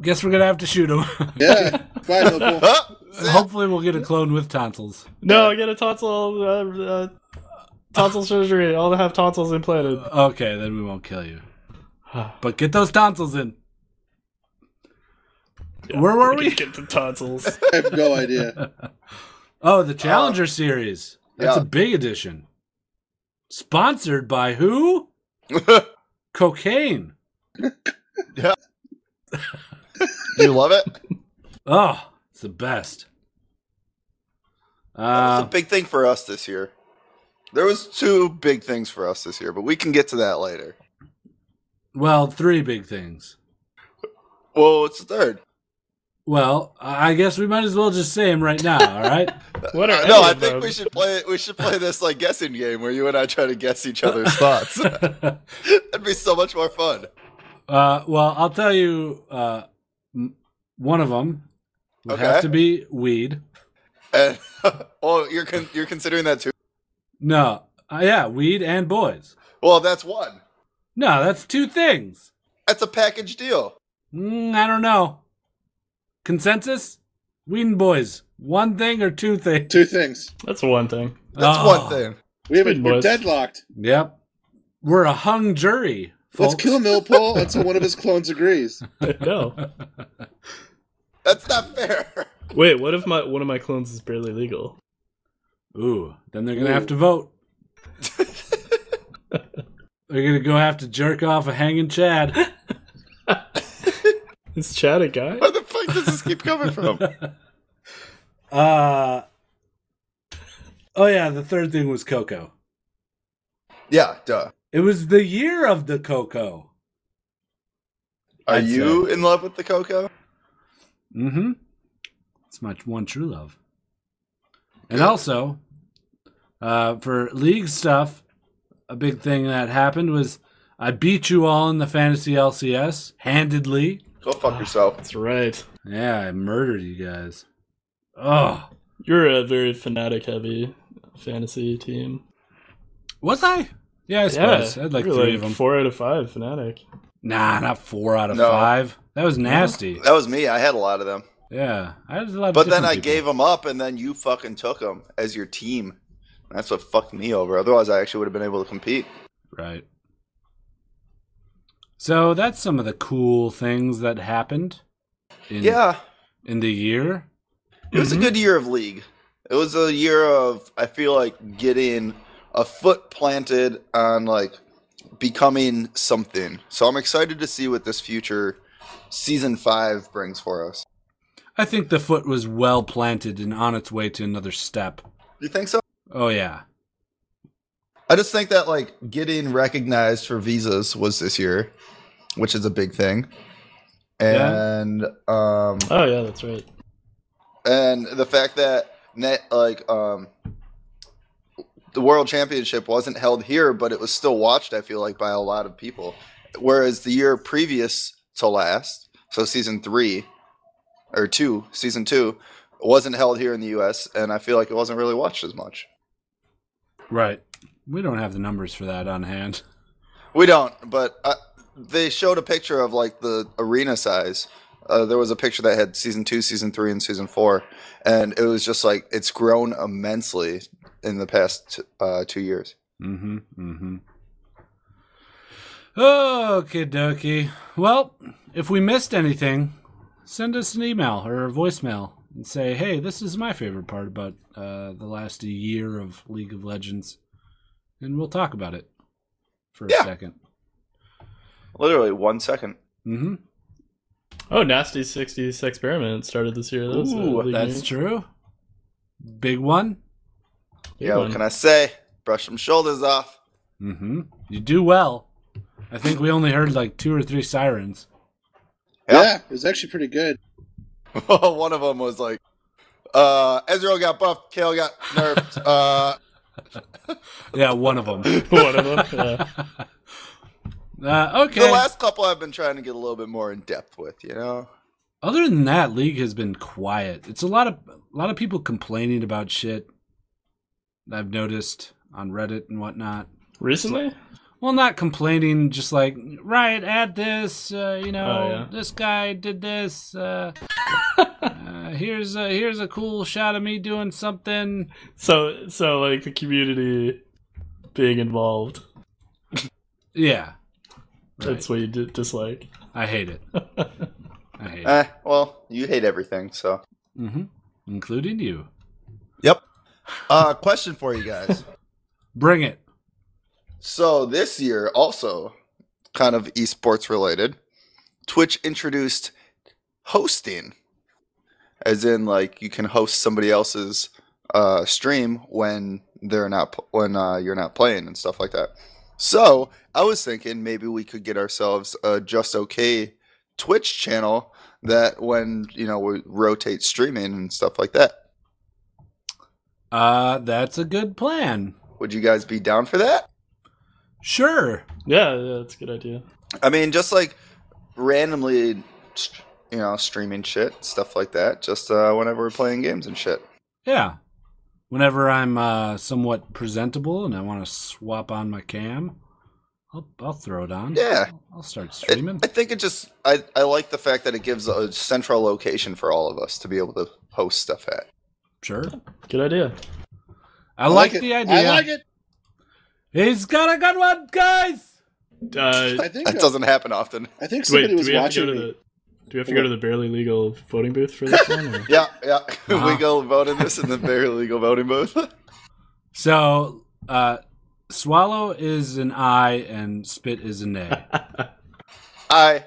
S1: guess we're going to have to shoot him.
S2: Yeah. Bye, Millpool.
S4: Ah!
S1: Hopefully, we'll get a clone with tonsils.
S3: No, get a tonsil, uh, uh, tonsil surgery. I'll have tonsils implanted.
S1: Okay, then we won't kill you. But get those tonsils in. Where were we?
S3: Get the tonsils.
S2: I have no idea.
S1: Oh, the Challenger series. That's
S4: yeah.
S1: a big edition. Sponsored by who? Cocaine.
S4: you love it?
S1: Oh, it's the best.
S4: That was
S1: Uh,
S4: a big thing for us this year. There was two big things for us this year, but we can get to that later.
S1: well, three big things.
S4: Well, it's the third.
S1: Well, I I guess we might as well just say them right now. All right.
S3: What are
S4: Uh, no,
S3: any
S4: I
S3: of
S4: think
S3: them?
S4: we should play we should play this like guessing game where you and I try to guess each other's thoughts. That'd be so much more fun.
S1: Uh, well, I'll tell you. Uh, m- one of them would have
S4: Okay.
S1: to be weed.
S4: And oh, you're con- you're considering that too.
S1: No, uh, yeah, weed and boys.
S4: Well, that's one.
S1: No, that's two things.
S4: That's a package deal.
S1: Mm, I don't know. Consensus? Weed and boys. One thing or two things?
S2: Two things.
S3: That's one thing.
S4: That's
S1: Oh,
S4: one thing.
S2: We have a,
S3: Good
S2: we're
S3: boys.
S2: deadlocked.
S1: Yep. We're a hung jury.
S2: Let's
S1: folks.
S2: kill Millpool until one of his clones agrees.
S3: no.
S4: That's not fair.
S3: Wait, what if my one of my clones is barely legal?
S1: Ooh, then they're going to
S2: Ooh.
S1: have to vote. they're going to go have to jerk off a hanging Chad.
S3: Is Chad a guy?
S4: Where the fuck does this keep coming from?
S1: Uh, oh, yeah, the third thing was Coco.
S4: yeah, duh.
S1: It was the year of the Coco.
S4: Are
S1: I'd
S4: you in love with the cocoa?
S1: Mm hmm. It's my one true love. And also, uh, for league stuff, a big thing that happened was I beat you all in the fantasy LCS handedly.
S4: Go fuck yourself.
S3: That's right.
S1: Yeah, I murdered you guys. Oh,
S3: You're a very fanatic heavy fantasy team.
S1: was I? Yeah, I suppose. I had like
S3: you're
S1: three of them.
S3: Four out of five fanatic.
S1: Nah, not four out of
S4: No.
S1: five. That was nasty.
S4: That was me. I had a lot of them.
S1: Yeah, I had a lot. of
S4: But then
S1: different
S4: I
S1: people.
S4: gave them up, and then you fucking took them as your team. And That's what fucked me over. Otherwise, I actually would have been able to compete.
S1: Right. So that's some of the cool things that happened in
S4: Yeah,
S1: in the year.
S4: it was a
S3: Mhm.
S4: good year of league. It was a year of I feel like getting a foot planted on like becoming something. So I'm excited to see what this future season five brings for us.
S1: I think the foot was well planted and on its way to another step.
S4: You think so?
S1: Oh yeah.
S4: I just think that like getting recognized for visas was this year, which is a big thing.
S1: Yeah.
S4: And um
S3: Oh yeah, that's right.
S4: and the fact that net like um the world championship wasn't held here but it was still watched i feel like by a lot of people whereas the year previous to last so season three or two season two wasn't held here in the us and i feel like it wasn't really watched as much
S1: Right. We don't have the numbers for that on hand.
S4: we don't but uh they showed a picture of like the arena size uh, there was a picture that had season two season three and season four and it was just like it's grown immensely in the past uh, two years
S1: Mm-hmm. Mm-hmm. Okay, dokie. Well, if we missed anything, send us an email or a voicemail and say, "Hey, this is my favorite part about uh, the last year of League of Legends," and we'll talk about it for a
S4: Yeah.
S1: second.
S4: literally one second
S1: Mm-hmm.
S3: Oh, Nasty 60s experiment started this year. That was a
S4: Ooh,
S3: big
S1: That's
S3: news.
S1: true. Big one.
S3: Big
S4: yeah
S3: one.
S4: what can i say brush some shoulders off
S1: Mm-hmm. You do well. I think we only heard like two or three sirens.
S4: Yeah.
S2: Yeah, it was actually pretty good.
S4: one of them was like uh ezreal got buffed kale got nerfed uh
S1: Yeah, one of them.
S3: one of them. Yeah.
S1: Uh, okay.
S4: the last couple i've been trying to get a little bit more in depth with you know
S1: Other than that, league has been quiet. It's a lot of a lot of people complaining about shit. that I've noticed on Reddit and whatnot.
S3: Recently?
S1: Well, not complaining, just like right at this. Uh, you know,
S3: Oh, yeah.
S1: this guy did this. Uh, uh, here's a, here's a cool shot of me doing something.
S3: So so like the community being involved.
S1: Yeah, Right.
S3: That's what you d- dislike.
S1: I hate it. I hate it,
S4: eh, well you hate everything so
S1: hmm including you.
S4: yep uh question for you guys
S1: Bring it.
S4: So this year, also kind of esports related, Twitch introduced hosting, as in like you can host somebody else's uh, stream when they're not when uh, you're not playing and stuff like that. So I was thinking maybe we could get ourselves a just okay Twitch channel that when you know we rotate streaming and stuff like that.
S1: Uh, that's a good plan.
S4: Would you guys be down for that?
S1: Sure.
S3: Yeah, yeah, that's a good idea.
S4: I mean, just like randomly, st- you know, streaming shit, stuff like that. Just uh, whenever we're playing games and shit.
S1: Yeah. Whenever I'm uh, somewhat presentable and I want to swap on my cam, I'll, I'll throw it on.
S4: Yeah.
S1: I'll start
S4: It-
S1: streaming.
S4: I think it just, I, I like the fact that it gives a central location for all of us to be able to host stuff at.
S1: sure.
S3: Good idea.
S1: I, like,
S2: it.
S1: the idea.
S2: I like it.
S1: He's got a good one, guys.
S3: Uh,
S2: I think.
S4: That doesn't happen often.
S2: I think
S3: wait,
S2: somebody
S3: do
S2: was
S3: we have to
S2: watching
S3: go to
S2: me.
S3: the do we have to go to the barely legal voting booth for this one? or-
S4: Yeah, yeah.
S1: Uh-huh.
S4: we go vote in this in the very legal voting booth.
S1: So, uh, swallow is an I and spit is an A.
S4: I,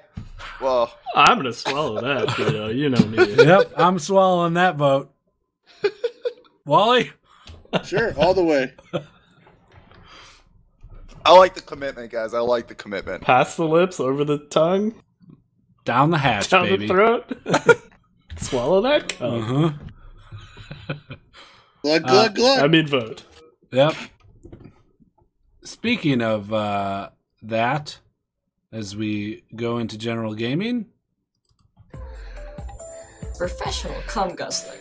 S4: well,
S3: I'm gonna swallow that, you know, you know me.
S1: yep, I'm swallowing that vote. Wally?
S2: Sure, all the way.
S4: I like the commitment, guys. I like the commitment.
S3: Pass the lips over the tongue,
S1: Down the hatch,
S3: down
S1: baby.
S3: the throat. swallow that cup.
S1: Uh-huh.
S3: Uh,
S2: Glug glug glug.
S3: I mean vote.
S1: Yep. Speaking of uh, that, as we go into general gaming,
S5: Professional cum guzzler.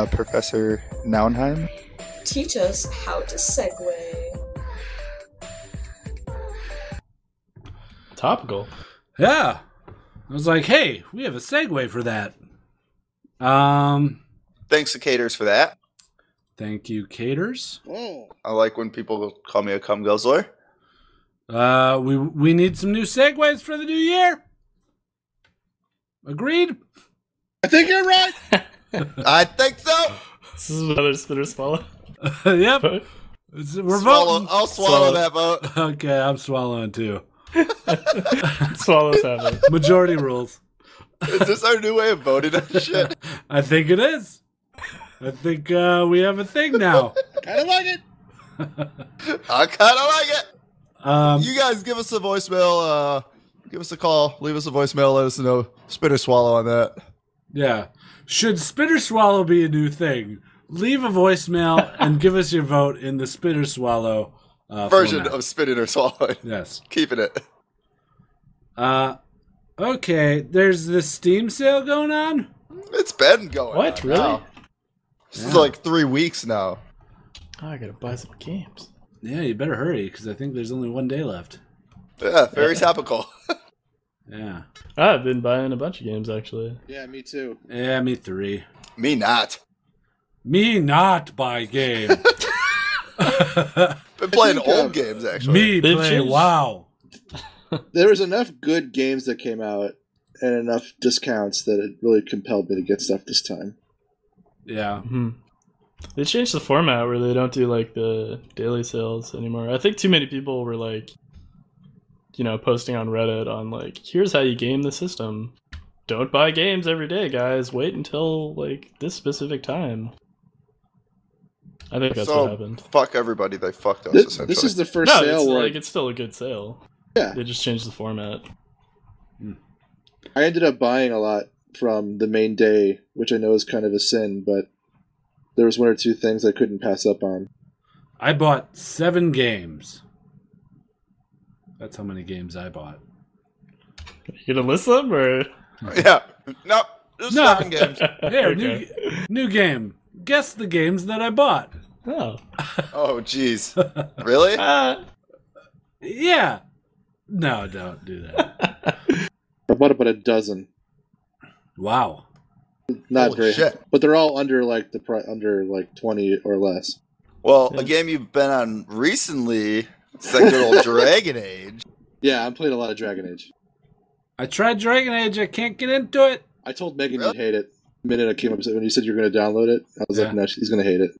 S4: Uh, Professor Naunheim?
S5: Teach us how to segue.
S3: Topical.
S1: yeah, I was like, hey, we have a segue for that. Um,
S4: Thanks to Caters for that.
S1: thank you, Caters.
S2: Whoa.
S4: I like when people call me a cum guzzler.
S1: Uh, we we need some new segues for the new year. Agreed.
S2: I think you're right.
S4: I think so.
S3: This is another spinner swallow.
S1: yep. It's- We're
S4: swallow,
S1: voting.
S4: I'll swallow
S3: Swallow.
S4: that vote.
S1: Okay, I'm swallowing too.
S3: Swallows have it.
S1: Majority rules.
S4: Is this our new way of voting on shit?
S1: I think it is. I think uh, we have a thing now.
S2: kind of like it.
S4: I kind of like it.
S1: Um,
S4: You guys give us a voicemail. Uh, give us a call. Leave us a voicemail. Let us know. Spit or swallow on that.
S1: yeah. Should spit or swallow be a new thing? Leave a voicemail and give us your vote in the spit or swallow uh,
S4: Version
S1: format.
S4: of spitting or swallowing.
S1: yes.
S4: Keeping it.
S1: Uh, okay. There's this Steam sale going on.
S4: It's been going.
S3: What,
S4: on
S3: really?
S4: now. This is
S1: Yeah.
S4: like three weeks now.
S3: Oh, I gotta buy some games.
S1: Yeah, you better hurry because I think there's only one day left.
S4: Yeah, very topical.
S1: Yeah.
S3: I've been buying a bunch of games actually.
S2: Yeah, me too.
S1: Yeah, me three.
S4: Me not.
S1: Me not by game.
S4: Been playing
S2: think, uh,
S4: old games actually.
S1: me
S3: They've
S1: play
S3: changed.
S1: WoW.
S2: There was enough good games that came out and enough discounts that it really compelled me to get stuff this time.
S1: Yeah.
S3: hmm They changed the format where they don't do like the daily sales anymore. I think too many people were like, you know, posting on Reddit on like, here's how you game the system. Don't buy games every day, guys. Wait until like this specific time. I think that's what
S4: So
S3: happened.
S4: fuck everybody. They fucked us.
S2: This,
S4: essentially.
S2: this is the first
S3: No,
S2: sale
S3: it's
S2: where
S3: like it's still a good sale.
S2: Yeah.
S3: They just changed the format.
S2: I ended up buying a lot from the main day, which I know is kind of a sin, but there was one or two things I couldn't pass up on.
S1: I bought seven games. That's how many games I bought.
S3: You gonna list them or
S4: yeah. No. Just
S1: No.
S4: fucking games.
S1: Here, new, new game. Guess the games that I bought.
S3: Oh.
S4: Oh, jeez. Really?
S3: Ah.
S1: Yeah. No, don't do that.
S2: I bought about a dozen,
S1: wow.
S2: not
S4: Holy
S2: very,
S4: shit.
S2: but they're all under like the pri- under like twenty or less.
S4: Well,
S3: Yeah.
S4: a game you've been on recently. It's that good old Dragon Age.
S2: Yeah, I'm playing a lot of Dragon Age.
S1: I tried Dragon Age. I can't get into it.
S2: I told Megan
S4: Really?
S2: you'd hate it the minute I came up when you said you're going to download it. I was
S1: Yeah.
S2: like, no, she's going to hate it.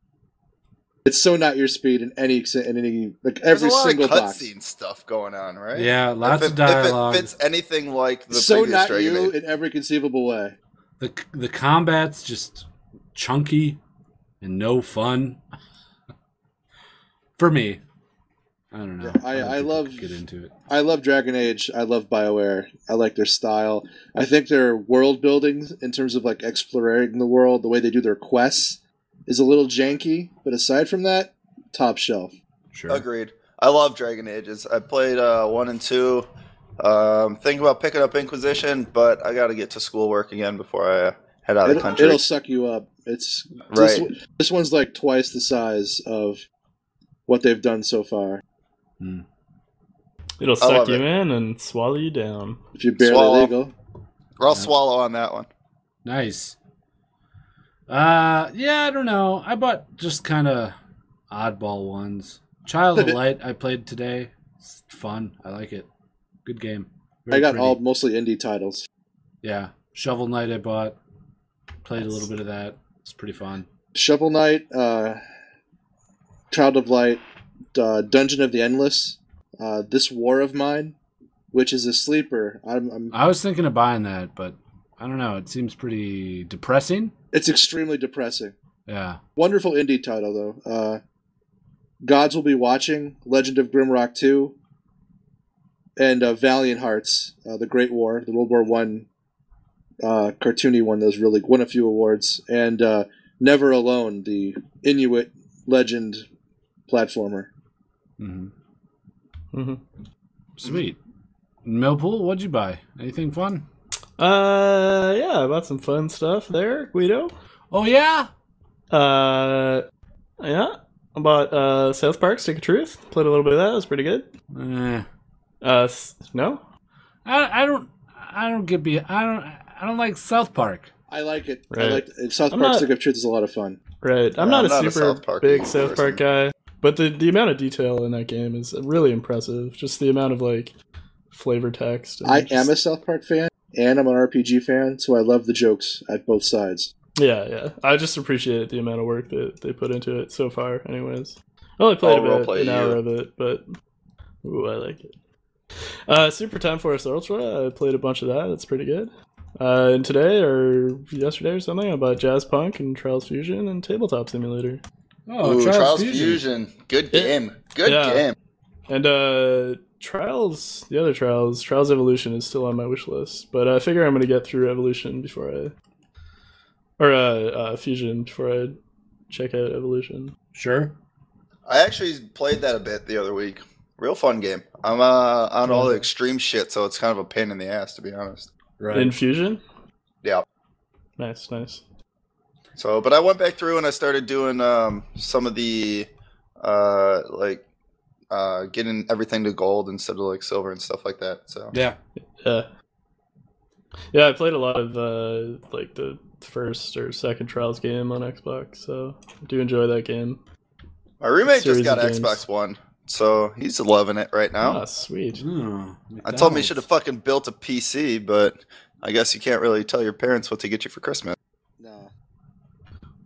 S2: It's so not your speed in any in any like
S4: There's
S2: every
S4: a lot of
S2: single box.
S4: cutscene stuff going on, right?
S1: Yeah, lots
S4: if it,
S1: of dialogue.
S4: If it fits anything like the
S2: So
S4: previous
S2: not
S4: Dragon
S2: you
S4: Age,
S2: in every conceivable way.
S1: the the combat's just chunky and no fun for me. I don't know.
S2: Yeah, I-
S1: don't
S2: I
S1: think
S2: love-
S1: could get into it.
S2: I love Dragon Age. I love BioWare. I like their style. I think their world building, in terms of like exploring the world, the way they do their quests, is a little janky. But aside from that, top shelf.
S1: Sure.
S4: agreed. I love Dragon Ages. I played uh, one and two. Um, thinking about picking up Inquisition, but I got to get to schoolwork again before I uh, head out of the
S2: It'll,
S4: country.
S2: it'll suck you up. It's
S4: right?
S2: This, this one's like twice the size of what they've done so far.
S3: It'll suck
S4: love
S3: you
S4: it.
S3: in and swallow you down.
S2: If you're barely
S4: Swallow.
S2: legal,
S4: I'll
S1: Yeah.
S4: swallow on that one.
S1: Nice. Uh, yeah, I don't know. I bought just kind of oddball ones. Child of Light I played today. It's fun. I like it. Good game. Very
S2: I got
S1: pretty.
S2: all mostly indie titles.
S1: Yeah, Shovel Knight I bought. Played a little bit of that. It's pretty fun.
S2: Shovel Knight, uh, Child of Light, uh, Dungeon of the Endless, uh, This War of Mine, which is a sleeper. I'm, I'm,
S1: I was thinking of buying that, but I don't know. It seems pretty depressing.
S2: it's extremely depressing.
S1: Yeah.
S2: Wonderful indie title, though. Uh, Gods Will Be Watching, Legend of Grimrock 2, and uh, Valiant Hearts, uh, The Great War, the World War One uh, cartoony one that was really won a few awards, and uh, Never Alone, the Inuit legend platformer.
S1: Mm-hmm.
S3: hmm
S1: Sweet. Millpool, what'd you buy? Anything fun?
S3: Uh, yeah, I bought some fun stuff there, Guido.
S1: Oh yeah.
S3: Uh, yeah, I bought uh, South Park: Stick of Truth. Played a little bit of that. It was pretty good.
S1: Eh.
S3: Uh, s- no,
S1: I I don't I don't get be I don't I don't like South Park.
S2: I like it. I
S3: Right.
S2: like it. South
S3: I'm
S2: Park
S3: not-
S2: Stick of Truth is a lot of fun.
S3: right. I'm
S4: Yeah, I'm
S3: not a
S4: not a
S3: super
S4: South Park
S3: big
S4: person.
S3: South Park guy, but the the amount of detail in that game is really impressive. Just the amount of like flavor text. and
S2: I
S3: just-
S2: am a South Park fan and I'm an RPG fan, so I love the jokes at both sides.
S3: Yeah, yeah. I just appreciate the amount of work that they put into it so far, anyways. I only played
S4: I'll
S3: a bit,
S4: roleplay
S3: an
S4: you.
S3: hour of it, but ooh, I like it. Uh, Super Time Force Ultra, I played a bunch of that. That's pretty good. Uh, and today or yesterday or something, I bought Jazz Punk and Trials Fusion and Tabletop Simulator.
S1: Oh,
S4: Ooh,
S1: Trials,
S4: Trials,
S1: Fusion.
S4: Fusion. Good
S3: Yeah.
S4: game. Good
S3: Yeah.
S4: game.
S3: And uh, Trials, the other Trials, Trials Evolution is still on my wish list, but I figure I'm going to get through Evolution before I, or uh, uh, Fusion before I check out Evolution.
S1: Sure.
S4: I actually played that a bit the other week. Real fun game. I'm uh, on all the extreme shit, so it's kind of a pain in the ass to be honest.
S1: Right.
S3: In Fusion?
S4: Yeah.
S3: Nice, nice.
S4: So, but I went back through and I started doing um, some of the uh, like uh, getting everything to gold instead of like silver and stuff like that. So
S1: yeah.
S3: Yeah. Yeah, I played a lot of uh, like the first or second Trials game on Xbox, so I do enjoy that game.
S4: my roommate
S3: Series
S4: just got
S3: of
S4: an
S3: games.
S4: Xbox One, so he's loving it right now.
S3: Ah, sweet.
S1: Oh,
S4: I told him he
S1: McDonald's.
S4: should have fucking built a PC, but I guess you can't really tell your parents what to get you for Christmas.
S2: No.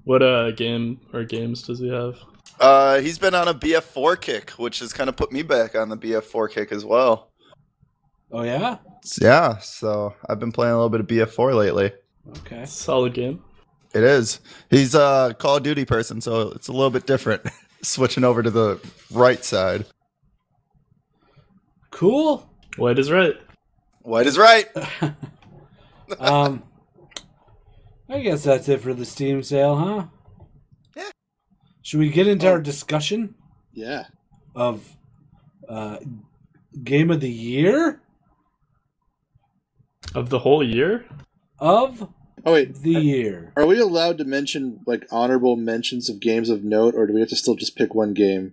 S3: What uh game or games does he have?
S4: Uh, he's been on a BF4 kick, which has kind of put me back on the BF4 kick as well.
S1: Oh yeah.
S4: Yeah, so I've been playing a little bit of BF4 lately.
S1: Okay.
S3: Solid game.
S4: It is. He's a Call of Duty person, so it's a little bit different. Switching over to the right side.
S1: Cool.
S3: White is right.
S4: White is right.
S1: um, I guess that's it for the Steam sale, huh?
S4: Yeah.
S1: Should we get into our discussion
S2: Yeah.
S1: of uh, game of the year
S3: Of the whole year?
S1: of
S2: Oh wait,
S1: the year?
S2: are we allowed to mention like honorable mentions of games of note, or do we have to still just pick one game?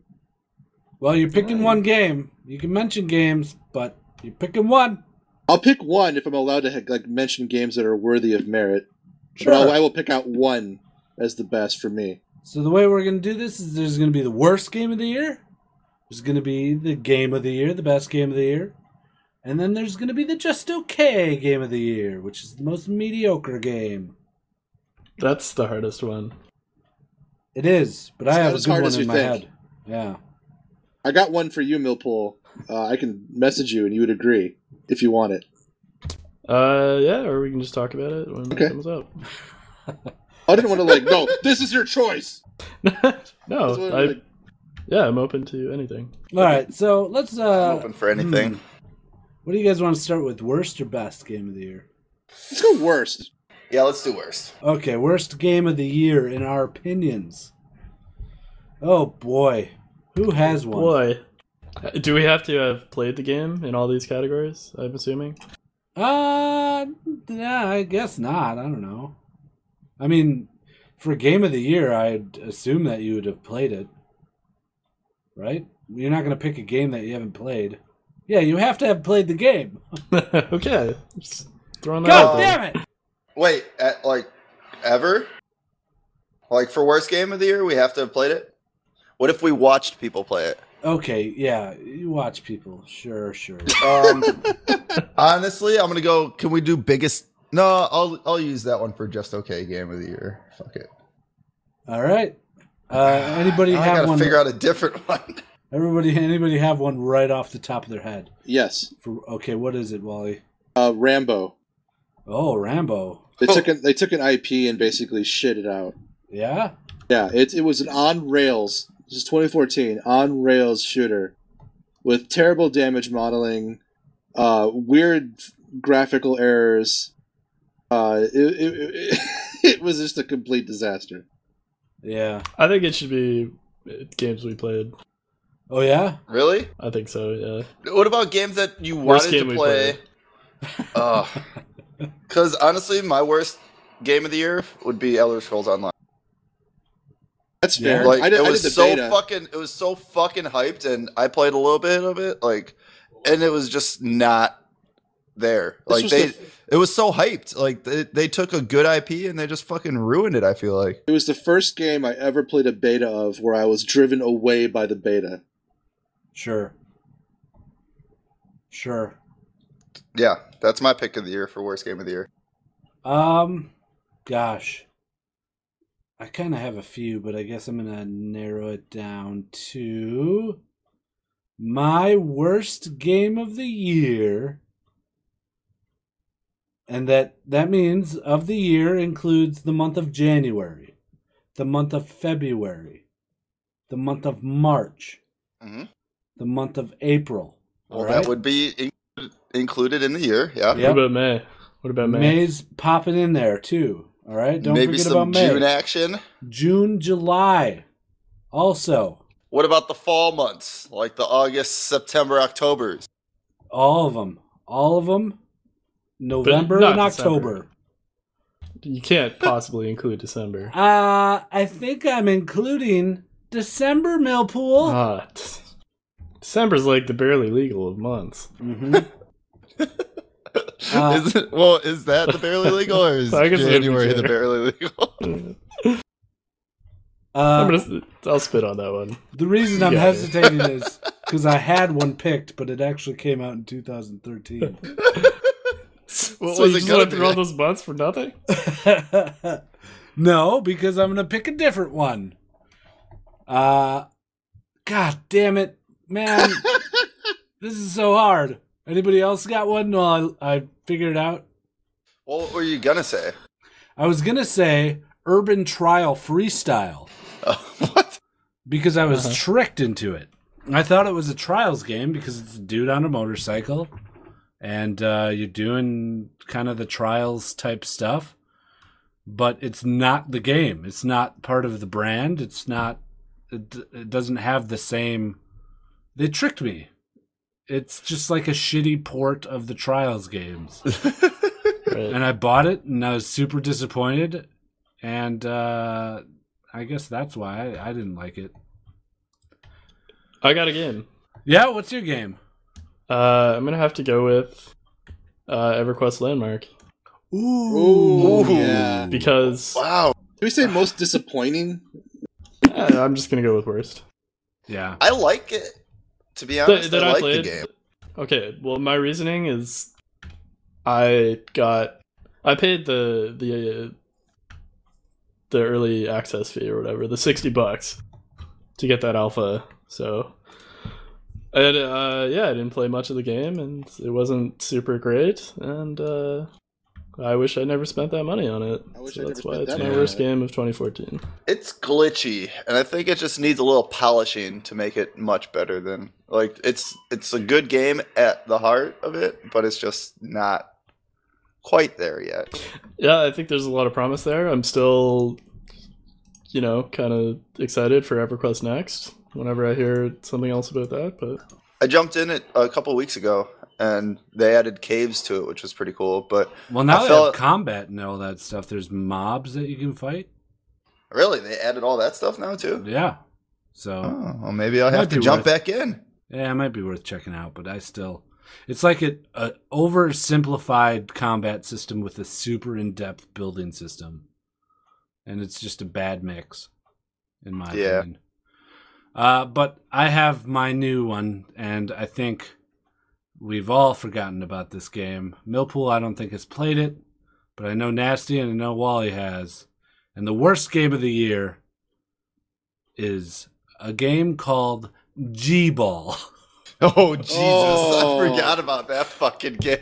S1: Well, you're picking one game. You can mention games, but you're picking one.
S2: I'll pick one if I'm allowed to like mention games that are worthy of merit.
S1: Sure.
S2: But I'll, I will pick out one as the best for me.
S1: So the way we're gonna do this is there's gonna be the worst game of the year, there's gonna be the game of the year, the best game of the year, and then there's gonna be the just okay game of the year, which is the most mediocre game.
S3: That's the hardest one.
S1: It is, but
S2: It's
S1: I
S2: not
S1: have a
S2: as
S1: good
S2: hard
S1: one
S2: as
S1: in
S2: you
S1: my
S2: think.
S1: head. Yeah.
S2: I got one for you, Millpool. Uh, I can message you, and you would agree if you want it.
S3: Uh yeah, or we can just talk about it when
S2: Okay.
S3: it comes up.
S2: I didn't want to like no. This is your choice. That's
S3: no,
S2: what,
S3: I
S2: like,
S3: yeah, I'm open to anything.
S1: All right, so let's.
S4: I'm
S1: uh
S4: open for anything.
S1: hmm. What do you guys want to start with? Worst or best game of the year?
S2: let's go worst.
S4: Yeah, let's do worst.
S1: Okay, worst game of the year in our opinions. Oh boy, who has one?
S3: Boy. Uh, Do we have to have played the game in all these categories? I'm assuming.
S1: Uh, nah, I guess not. I don't know. I mean, for game of the year, I'd assume that you would have played it, right? You're not gonna pick a game that you haven't played. Yeah, you have to have played the game.
S3: okay. Just throwing that
S1: God
S3: out there.
S1: damn it!
S4: Wait, at, like ever? Like for worst game of the year, we have to have played it. What if we watched people play it?
S1: Okay, yeah, you watch people. Sure, sure.
S4: Um, honestly, I'm gonna go. Can we do biggest? No, I'll I'll use that one for just okay game of the year. Fuck it.
S1: All right. Uh, anybody
S4: Now I
S1: have
S4: gotta
S1: one?
S4: figure out a different one.
S1: Everybody, anybody have one right off the top of their head?
S2: Yes,
S1: For okay, what is it, Wally?
S2: uh, Rambo.
S1: Oh, Rambo.
S2: They took an they took an IP and basically shit it out.
S1: Yeah.
S2: Yeah, it it was an on rails. This is 2014 on rails shooter with terrible damage modeling, uh, weird graphical errors. Uh, it, it, it, it was just a complete disaster.
S1: Yeah.
S3: I think it should be uh, games we played.
S1: Oh yeah.
S4: Really?
S3: I think so. Yeah.
S4: What about games that you
S3: Worst
S4: wanted
S3: game
S4: to
S3: we
S4: play? Because honestly, my worst game of the year would be Elder Scrolls Online.
S2: That's
S1: Yeah.
S2: fair.
S4: Like
S2: I did,
S4: it
S2: I did
S4: was
S2: the
S4: so
S2: beta.
S4: fucking, it was so fucking hyped, and I played a little bit of it, like, and it was just not there.
S2: This
S4: Like
S2: was
S4: they,
S2: the-
S4: it was so hyped. Like they, they took a good IP and they just fucking ruined it. I feel like.
S2: It was the first game I ever played a beta of where I was driven away by the beta.
S1: Sure. Sure.
S4: Yeah, that's my pick of the year for worst game of the year.
S1: Um, gosh, Um, I kind of have a few, but I guess I'm going to narrow it down to my worst game of the year. And that that means of the year includes the month of January, the month of February, the month of March,
S4: Mhm.
S1: the month of April.
S4: Well,
S1: alright?
S4: that would be in- included in the year. Yeah.
S1: Yep.
S3: What about May? What about May?
S1: May's popping in there too. All right, don't
S4: Maybe
S1: forget
S4: some
S1: about May.
S4: June action.
S1: June, July. Also,
S4: What about the fall months, like the August, September, Octobers?
S1: all of them. All of them. November
S3: not
S1: and October.
S3: December. You can't possibly include December.
S1: Uh, I think I'm including December,
S4: Uh-huh.
S1: Millpool.
S3: Ah, t- December's like the barely legal of months.
S1: Mhm. Uh,
S4: is it, well, is that the barely legal, or is
S3: I guess it would be
S4: January the
S3: January.
S4: barely legal?
S1: Uh,
S3: I'm gonna, I'll spit on that one.
S1: the reason I'm
S3: Yeah.
S1: hesitating is because I had one picked, but it actually came out in 2013.
S4: What
S3: so
S4: was
S3: you
S4: it
S3: just
S4: gonna
S3: went through all
S4: be?
S3: those months for nothing?
S1: no, because I'm gonna pick a different one. Uh God damn it, man. this is so hard. Anybody else got one? No, I, I figured it out.
S4: Well, what were you gonna say?
S1: I was gonna say urban trial freestyle
S4: Uh, what?
S1: because I was
S3: Uh-huh.
S1: tricked into it. I thought it was a trials game because it's a dude on a motorcycle and uh, you're doing kind of the trials type stuff, but it's not the game. It's not part of the brand. It's not, it, it doesn't have the same. They tricked me. It's just like a shitty port of the trials games.
S3: Right.
S1: and I bought it and I was super disappointed. And uh, I guess that's why I, I didn't like it.
S3: I got a game.
S1: Yeah, what's your game?
S3: Uh, I'm gonna have to go with uh, EverQuest Landmark
S2: Ooh,
S4: Ooh.
S2: yeah. Did
S3: because
S4: Wow,
S2: we say most disappointing?
S3: Uh, I'm just gonna go with worst.
S1: Yeah.
S4: I like it. To be honest, I like the game.
S3: Okay, well, my reasoning is, I got, I paid the the uh, the early access fee or whatever, the sixty bucks, to get that alpha. So, and uh, yeah, I didn't play much of the game, and it wasn't super great, and uh, I wish I never spent that money on it.
S2: I wish
S3: so
S2: I
S3: that's
S2: never
S3: why
S2: spent
S3: it's
S2: that
S3: my
S1: money on
S3: worst
S2: it.
S3: game of 2014.
S4: It's glitchy, and I think it just needs a little polishing to make it much better than like it's it's a good game at the heart of it, but it's just not quite there yet.
S3: Yeah, I think there's a lot of promise there. I'm still, you know, kind of excited for EverQuest next. Whenever I hear something else about that, but
S4: I jumped in it a couple weeks ago, and they added caves to it, which was pretty cool. But
S1: Well, now
S4: I
S1: they
S4: felt-
S1: have combat and all that stuff. There's mobs that you can fight.
S4: really, they added all that stuff now too.
S1: Yeah. So,
S4: Oh, well, maybe I'll have
S1: Might
S4: to
S1: be
S4: jump
S1: worth-
S4: back in.
S1: yeah, Eh, it might be worth checking out, but I still. It's like an a oversimplified combat system with a super in depth building system. And it's just a bad mix, in my
S4: Yeah.
S1: opinion. Uh, but I have my new one, and I think we've all forgotten about this game. Millpool, I don't think, has played it, but I know Nasty and I know Wally has. And the worst game of the year is a game called G Ball.
S4: Oh Jesus!
S2: Oh.
S4: I forgot about that fucking game.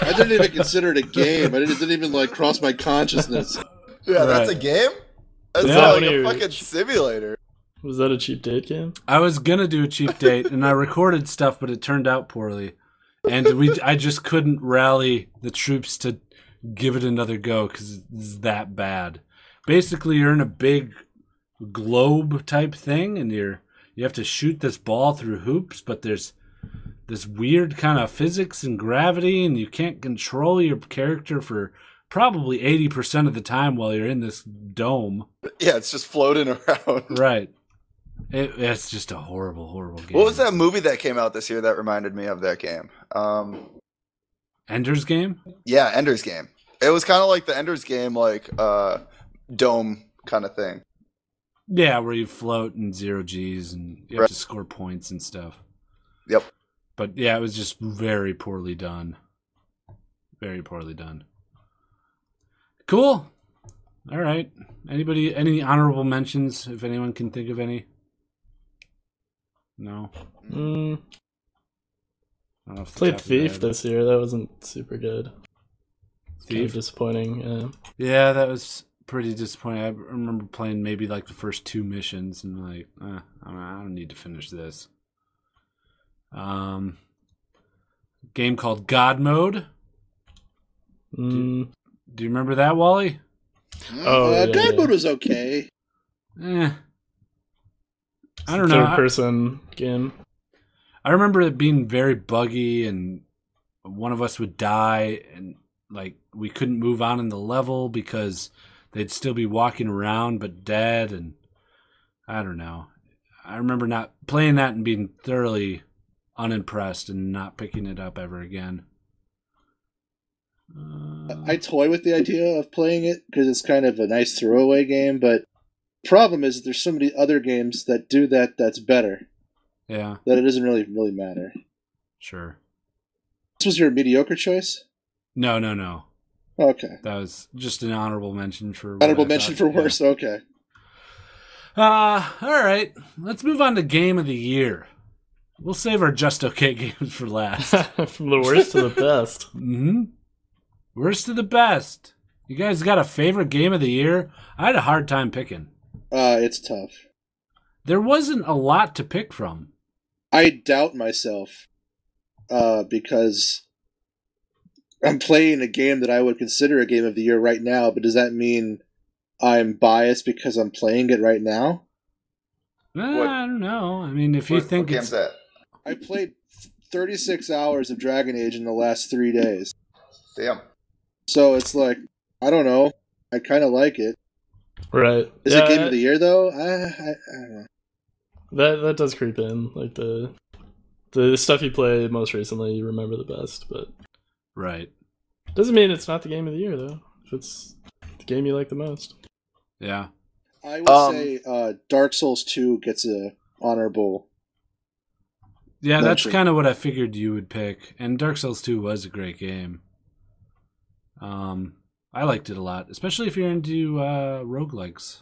S2: I didn't even consider it a game. I didn't, it didn't even like cross my consciousness.
S4: yeah, that's a
S1: Right.
S4: game. That's
S1: Yeah.
S4: not like
S3: Funny.
S4: a fucking simulator.
S3: was that a cheap date game?
S1: I was gonna do a cheap date, and I recorded stuff, but it turned out poorly, and we I just couldn't rally the troops to give it another go because it's that bad. Basically, you're in a big globe type thing, and you're you have to shoot this ball through hoops, but there's this weird kind of physics and gravity, and you can't control your character for probably 80% of the time while you're in this dome.
S4: Yeah, it's just floating around.
S1: Right. It, it's just a horrible, horrible game.
S4: What was that movie that came out this year that reminded me of that game? Um,
S1: Ender's Game?
S4: yeah, Ender's Game. It was kind of like the Ender's Game, like uh, dome kind of thing.
S1: Yeah, where you float and zero G's and you have
S4: Right.
S1: to score points and stuff.
S4: Yep.
S1: But yeah, it was just very poorly done. Very poorly done. Cool. All right. Anybody? Any honorable mentions? If anyone can think of any. No.
S3: Mm,
S1: I don't know if the
S3: played
S1: top of my
S3: Thief
S1: head.
S3: this year. That wasn't super good. Kind of
S1: Thief.
S3: disappointing. Yeah.
S1: Yeah, that was pretty disappointing. I remember playing maybe like the first two missions and like, eh, I don't- I don't need to finish this. Um, game called God Mode.
S3: Mm,
S1: Do you remember that, Wally?
S4: Mm.
S3: oh,
S2: uh,
S3: yeah,
S2: God
S3: yeah.
S2: Mode was okay.
S1: Eh. I don't know.
S3: Third
S1: I-
S3: person game.
S1: I remember it being very buggy, and one of us would die, and like we couldn't move on in the level because they'd still be walking around but dead. And I don't know. I remember not playing that and being thoroughly unimpressed and not picking it up ever again. Uh,
S2: I toy with the idea of playing it because it's kind of a nice throwaway game, but problem is that there's so many other games that do that that's better
S1: yeah,
S2: that it doesn't really really matter.
S1: sure.
S2: This was your mediocre choice.
S1: No, no, no.
S2: Okay,
S1: That was just an honorable mention for what
S2: honorable
S1: I
S2: mention
S1: thought-
S2: for
S1: yeah.
S2: worst. Okay,
S1: Uh, all right. Let's move on to game of the year. We'll save our just okay games for last.
S3: From the worst to the best.
S1: mm-hmm. Worst to the best. You guys got a favorite game of the year? I had a hard time picking.
S2: uh, it's tough.
S1: There wasn't a lot to pick from.
S2: I doubt myself uh, because I'm playing a game that I would consider a game of the year right now. But does that mean I'm biased because I'm playing it right now?
S1: Eh,
S4: What-
S1: I don't know. I mean, if you
S4: What- what
S1: think
S4: game's
S1: it's
S4: that?
S2: I played 36 hours of Dragon Age in the last three days,
S4: Damn.
S2: so it's like I don't know. I kind of like it.
S3: Right.
S2: Is
S3: yeah,
S2: it game of the year though? I, I, I don't know.
S3: That that does creep in. Like the the stuff you play most recently, you remember the best, but
S1: right,
S3: doesn't mean it's not the game of the year though. If it's the game you like the most.
S1: yeah,
S2: I would
S4: Um,
S2: say uh, Dark Souls 2 gets a honorable.
S1: yeah. That's
S2: Mention.
S1: kind of what I figured you would pick. And Dark Souls Two was a great game. Um, I liked it a lot, especially if you're into uh, roguelikes.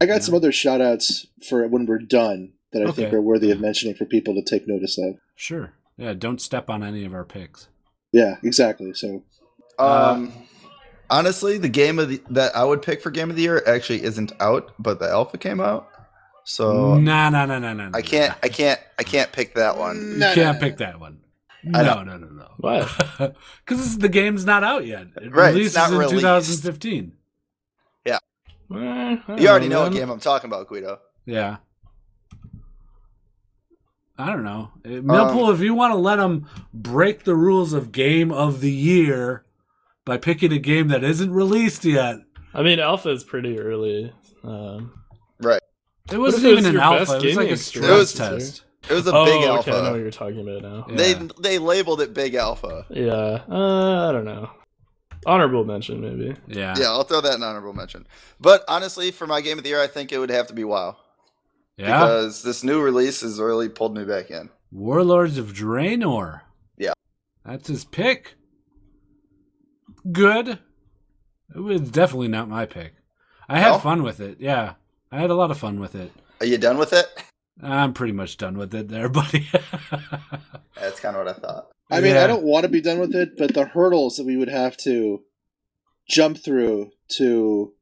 S2: I got
S1: Yeah.
S2: some other shout outs for when we're done that I think
S1: Okay.
S2: are worthy of mentioning for people to take notice of.
S1: Sure. Yeah. Don't step on any of our picks.
S2: Yeah, exactly. So
S4: Um, honestly, the game of the, that I would pick for game of the year actually isn't out, but the alpha came out, so
S1: no, no, no, no, no.
S4: I can't, I can't, I can't pick that one.
S1: You
S2: No, no,
S1: can't
S2: no,
S1: pick that one.
S4: I
S1: No, no, no, no.
S3: Why?
S1: Because the game's not out yet. It
S4: Right, it's
S1: releases
S4: not
S1: in
S4: released.
S1: 2015.
S3: Eh,
S4: You already know what game I'm talking about, Guido.
S1: Yeah. I don't know. Uh, Millpool,
S4: Um,
S1: if you want to let them break the rules of game of the year by picking a game that isn't released yet,
S3: I mean, alpha is pretty early. Um,
S1: it
S3: if
S1: wasn't
S3: it was
S1: even an
S3: your
S1: alpha. It
S3: best
S1: was like
S3: gaming
S1: a
S3: experience
S1: stress
S3: this year?
S1: test.
S4: It was a
S3: oh,
S4: big
S3: okay,
S4: alpha.
S3: I know what you're talking about now.
S1: Yeah.
S4: They they labeled it big alpha.
S3: Yeah, uh, I don't know. Honorable mention, maybe.
S1: Yeah.
S4: Yeah, I'll throw that in honorable mention. But honestly, for my game of the year, I think it would have to be WoW
S1: Yeah.
S4: because this new release has really pulled me back in.
S1: Warlords of Draenor.
S4: Yeah.
S1: That's his pick. Good. It was definitely not my pick. I had
S4: No?
S1: fun with it. Yeah. I had a lot of fun with it.
S4: Are you done with it?
S1: I'm pretty much done with it there, buddy.
S4: That's kind of what I thought.
S2: I mean,
S1: Yeah.
S2: I don't want to be done with it, but the hurdles that we would have to jump through to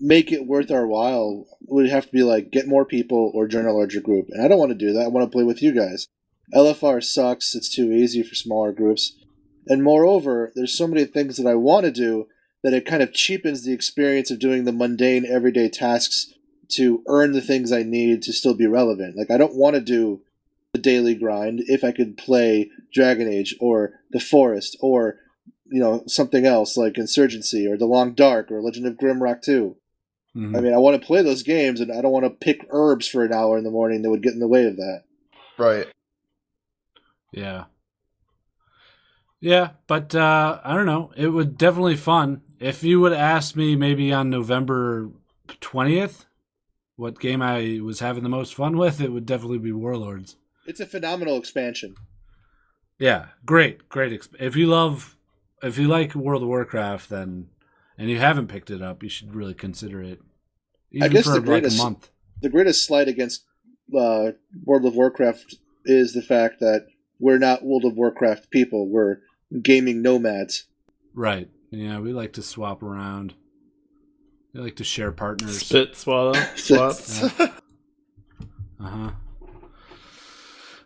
S2: make it worth our while would have to be like get more people or join a larger group. And I don't want to do that. I want to play with you guys. LFR sucks. It's too easy for smaller groups. And moreover, there's so many things that I want to do that it kind of cheapens the experience of doing the mundane everyday tasks to earn the things I need to still be relevant. Like I don't want to do the daily grind if I could play Dragon Age or The Forest or you know something else like Insurgency or The Long Dark or Legend of Grimrock 2.
S1: Mhm.
S3: Mm.
S2: I mean, I want to play those games and I don't want to pick herbs for an hour in the morning that would get in the way of that.
S4: Right.
S1: Yeah. Yeah, but uh, I don't know. It was definitely fun. If you would ask me maybe on November 20th what game I was having the most fun with, it would definitely be Warlords.
S2: It's a phenomenal expansion.
S1: Yeah, great, great. Exp- if you love, if you like World of Warcraft, then and you haven't picked it up, you should really consider it. Even
S2: I guess
S1: for
S2: the
S1: like a
S2: greatest-
S1: month.
S2: the greatest slight against uh, World of Warcraft is the fact that we're not World of Warcraft people. We're gaming nomads.
S1: Right. Yeah, we like to swap around. We like to share partners.
S3: Spit, swallow, swap.
S1: Uh huh.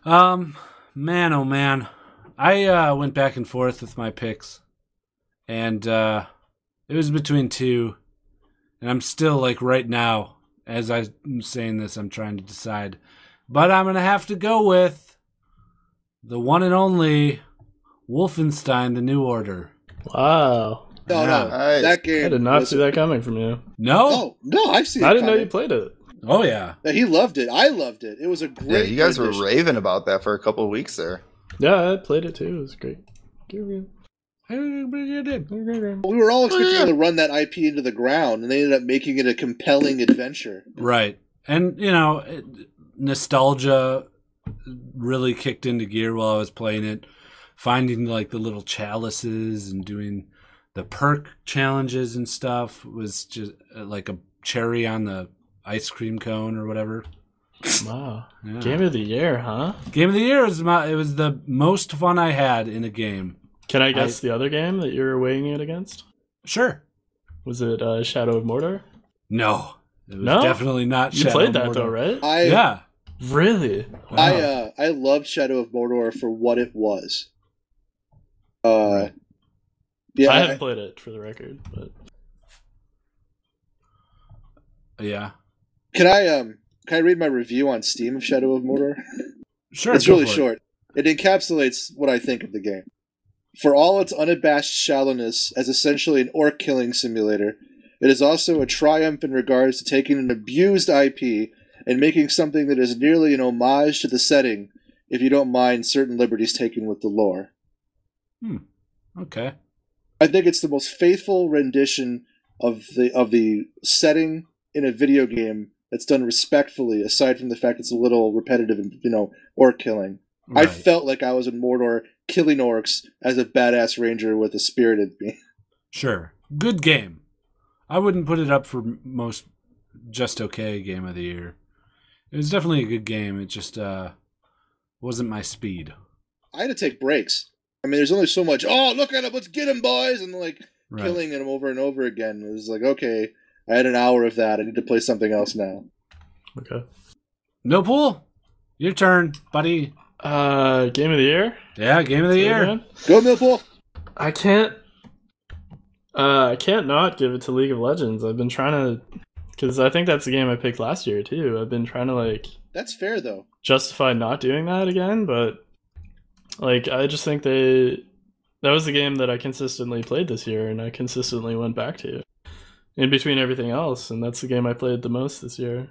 S1: Um, man, oh man, I uh, went back and forth with my picks, and uh, it was between two, and I'm still like right now as I'm saying this, I'm trying to decide, but I'm gonna have to go with the one and only Wolfenstein: The New Order.
S3: Wow.
S2: No, no,
S4: Nice.
S2: that game.
S3: I did not
S2: was-
S3: see that coming from you.
S1: No,
S2: uh, Oh no, I've seen.
S3: I
S2: it
S3: didn't know you
S2: coming.
S3: played it.
S1: oh yeah,
S2: No, He loved it. I loved it. It was a
S4: yeah,
S2: great.
S4: you guys were
S2: rendition.
S4: raving about that for a couple of weeks there.
S3: Yeah, I played it too. It was great.
S2: We were all expecting them to run that IP into the ground, and they ended up making it a compelling adventure.
S1: Right. And, you know, it- nostalgia really kicked into gear while I was playing it, finding like the little chalices and doing the perk challenges and stuff was just uh, like a cherry on the ice cream cone or whatever.
S3: Wow.
S1: Yeah.
S3: Game of the year, huh?
S1: Game of the year was my it was the most fun I had in a game.
S3: Can I guess the other game that you're weighing it against?
S1: Sure.
S3: Was it uh, Shadow of Mordor?
S1: No. It was
S3: No?
S1: definitely not
S3: You
S1: Shadow
S3: played
S1: of
S3: that though,
S1: Mordor.
S3: right?
S2: I
S1: Yeah.
S3: really? Wow.
S2: I uh, I loved Shadow of Mordor for what it was. Uh, yeah,
S3: I haven't
S2: I-
S3: played it for the record, but
S1: Yeah.
S2: can I um can I read my review on Steam of Shadow of Mordor?
S1: Sure.
S2: it's
S1: go
S2: really
S1: for it.
S2: short. It. encapsulates what I think of the game. For all its unabashed shallowness as essentially an orc killing simulator, it is also a triumph in regards to taking an abused IP and making something that is nearly an homage to the setting, if you don't mind certain liberties taken with the lore.
S3: Hmm.
S1: Okay.
S2: I think it's the most faithful rendition of the of the setting in a video game that's done respectfully, aside from the fact it's a little repetitive and you know, orc killing. I
S1: Right.
S2: felt like I was in Mordor killing orcs as a badass ranger with a spirit in me.
S1: Sure. Good game. I wouldn't put it up for m- most just okay game of the year. It was definitely a good game. It just uh, wasn't my speed.
S2: I had to take breaks. I mean, there's only so much. Oh, look at him! Let's get him, boys! And like
S1: Right.
S2: killing him over and over again. It was like, okay, I had an hour of that. I need to play something else now.
S3: okay.
S1: No pool. Your turn, buddy.
S3: Uh, game of the year.
S1: Yeah, game of the year.
S2: Go, Millpool.
S3: I can't. Uh, I can't not give it to League of Legends. I've been trying to, because I think that's the game I picked last year too. I've been trying to like
S2: That's fair though.
S3: justify not doing that again, but like I just think they that was the game that I consistently played this year and I consistently went back to in between everything else, and that's the game I played the most this year.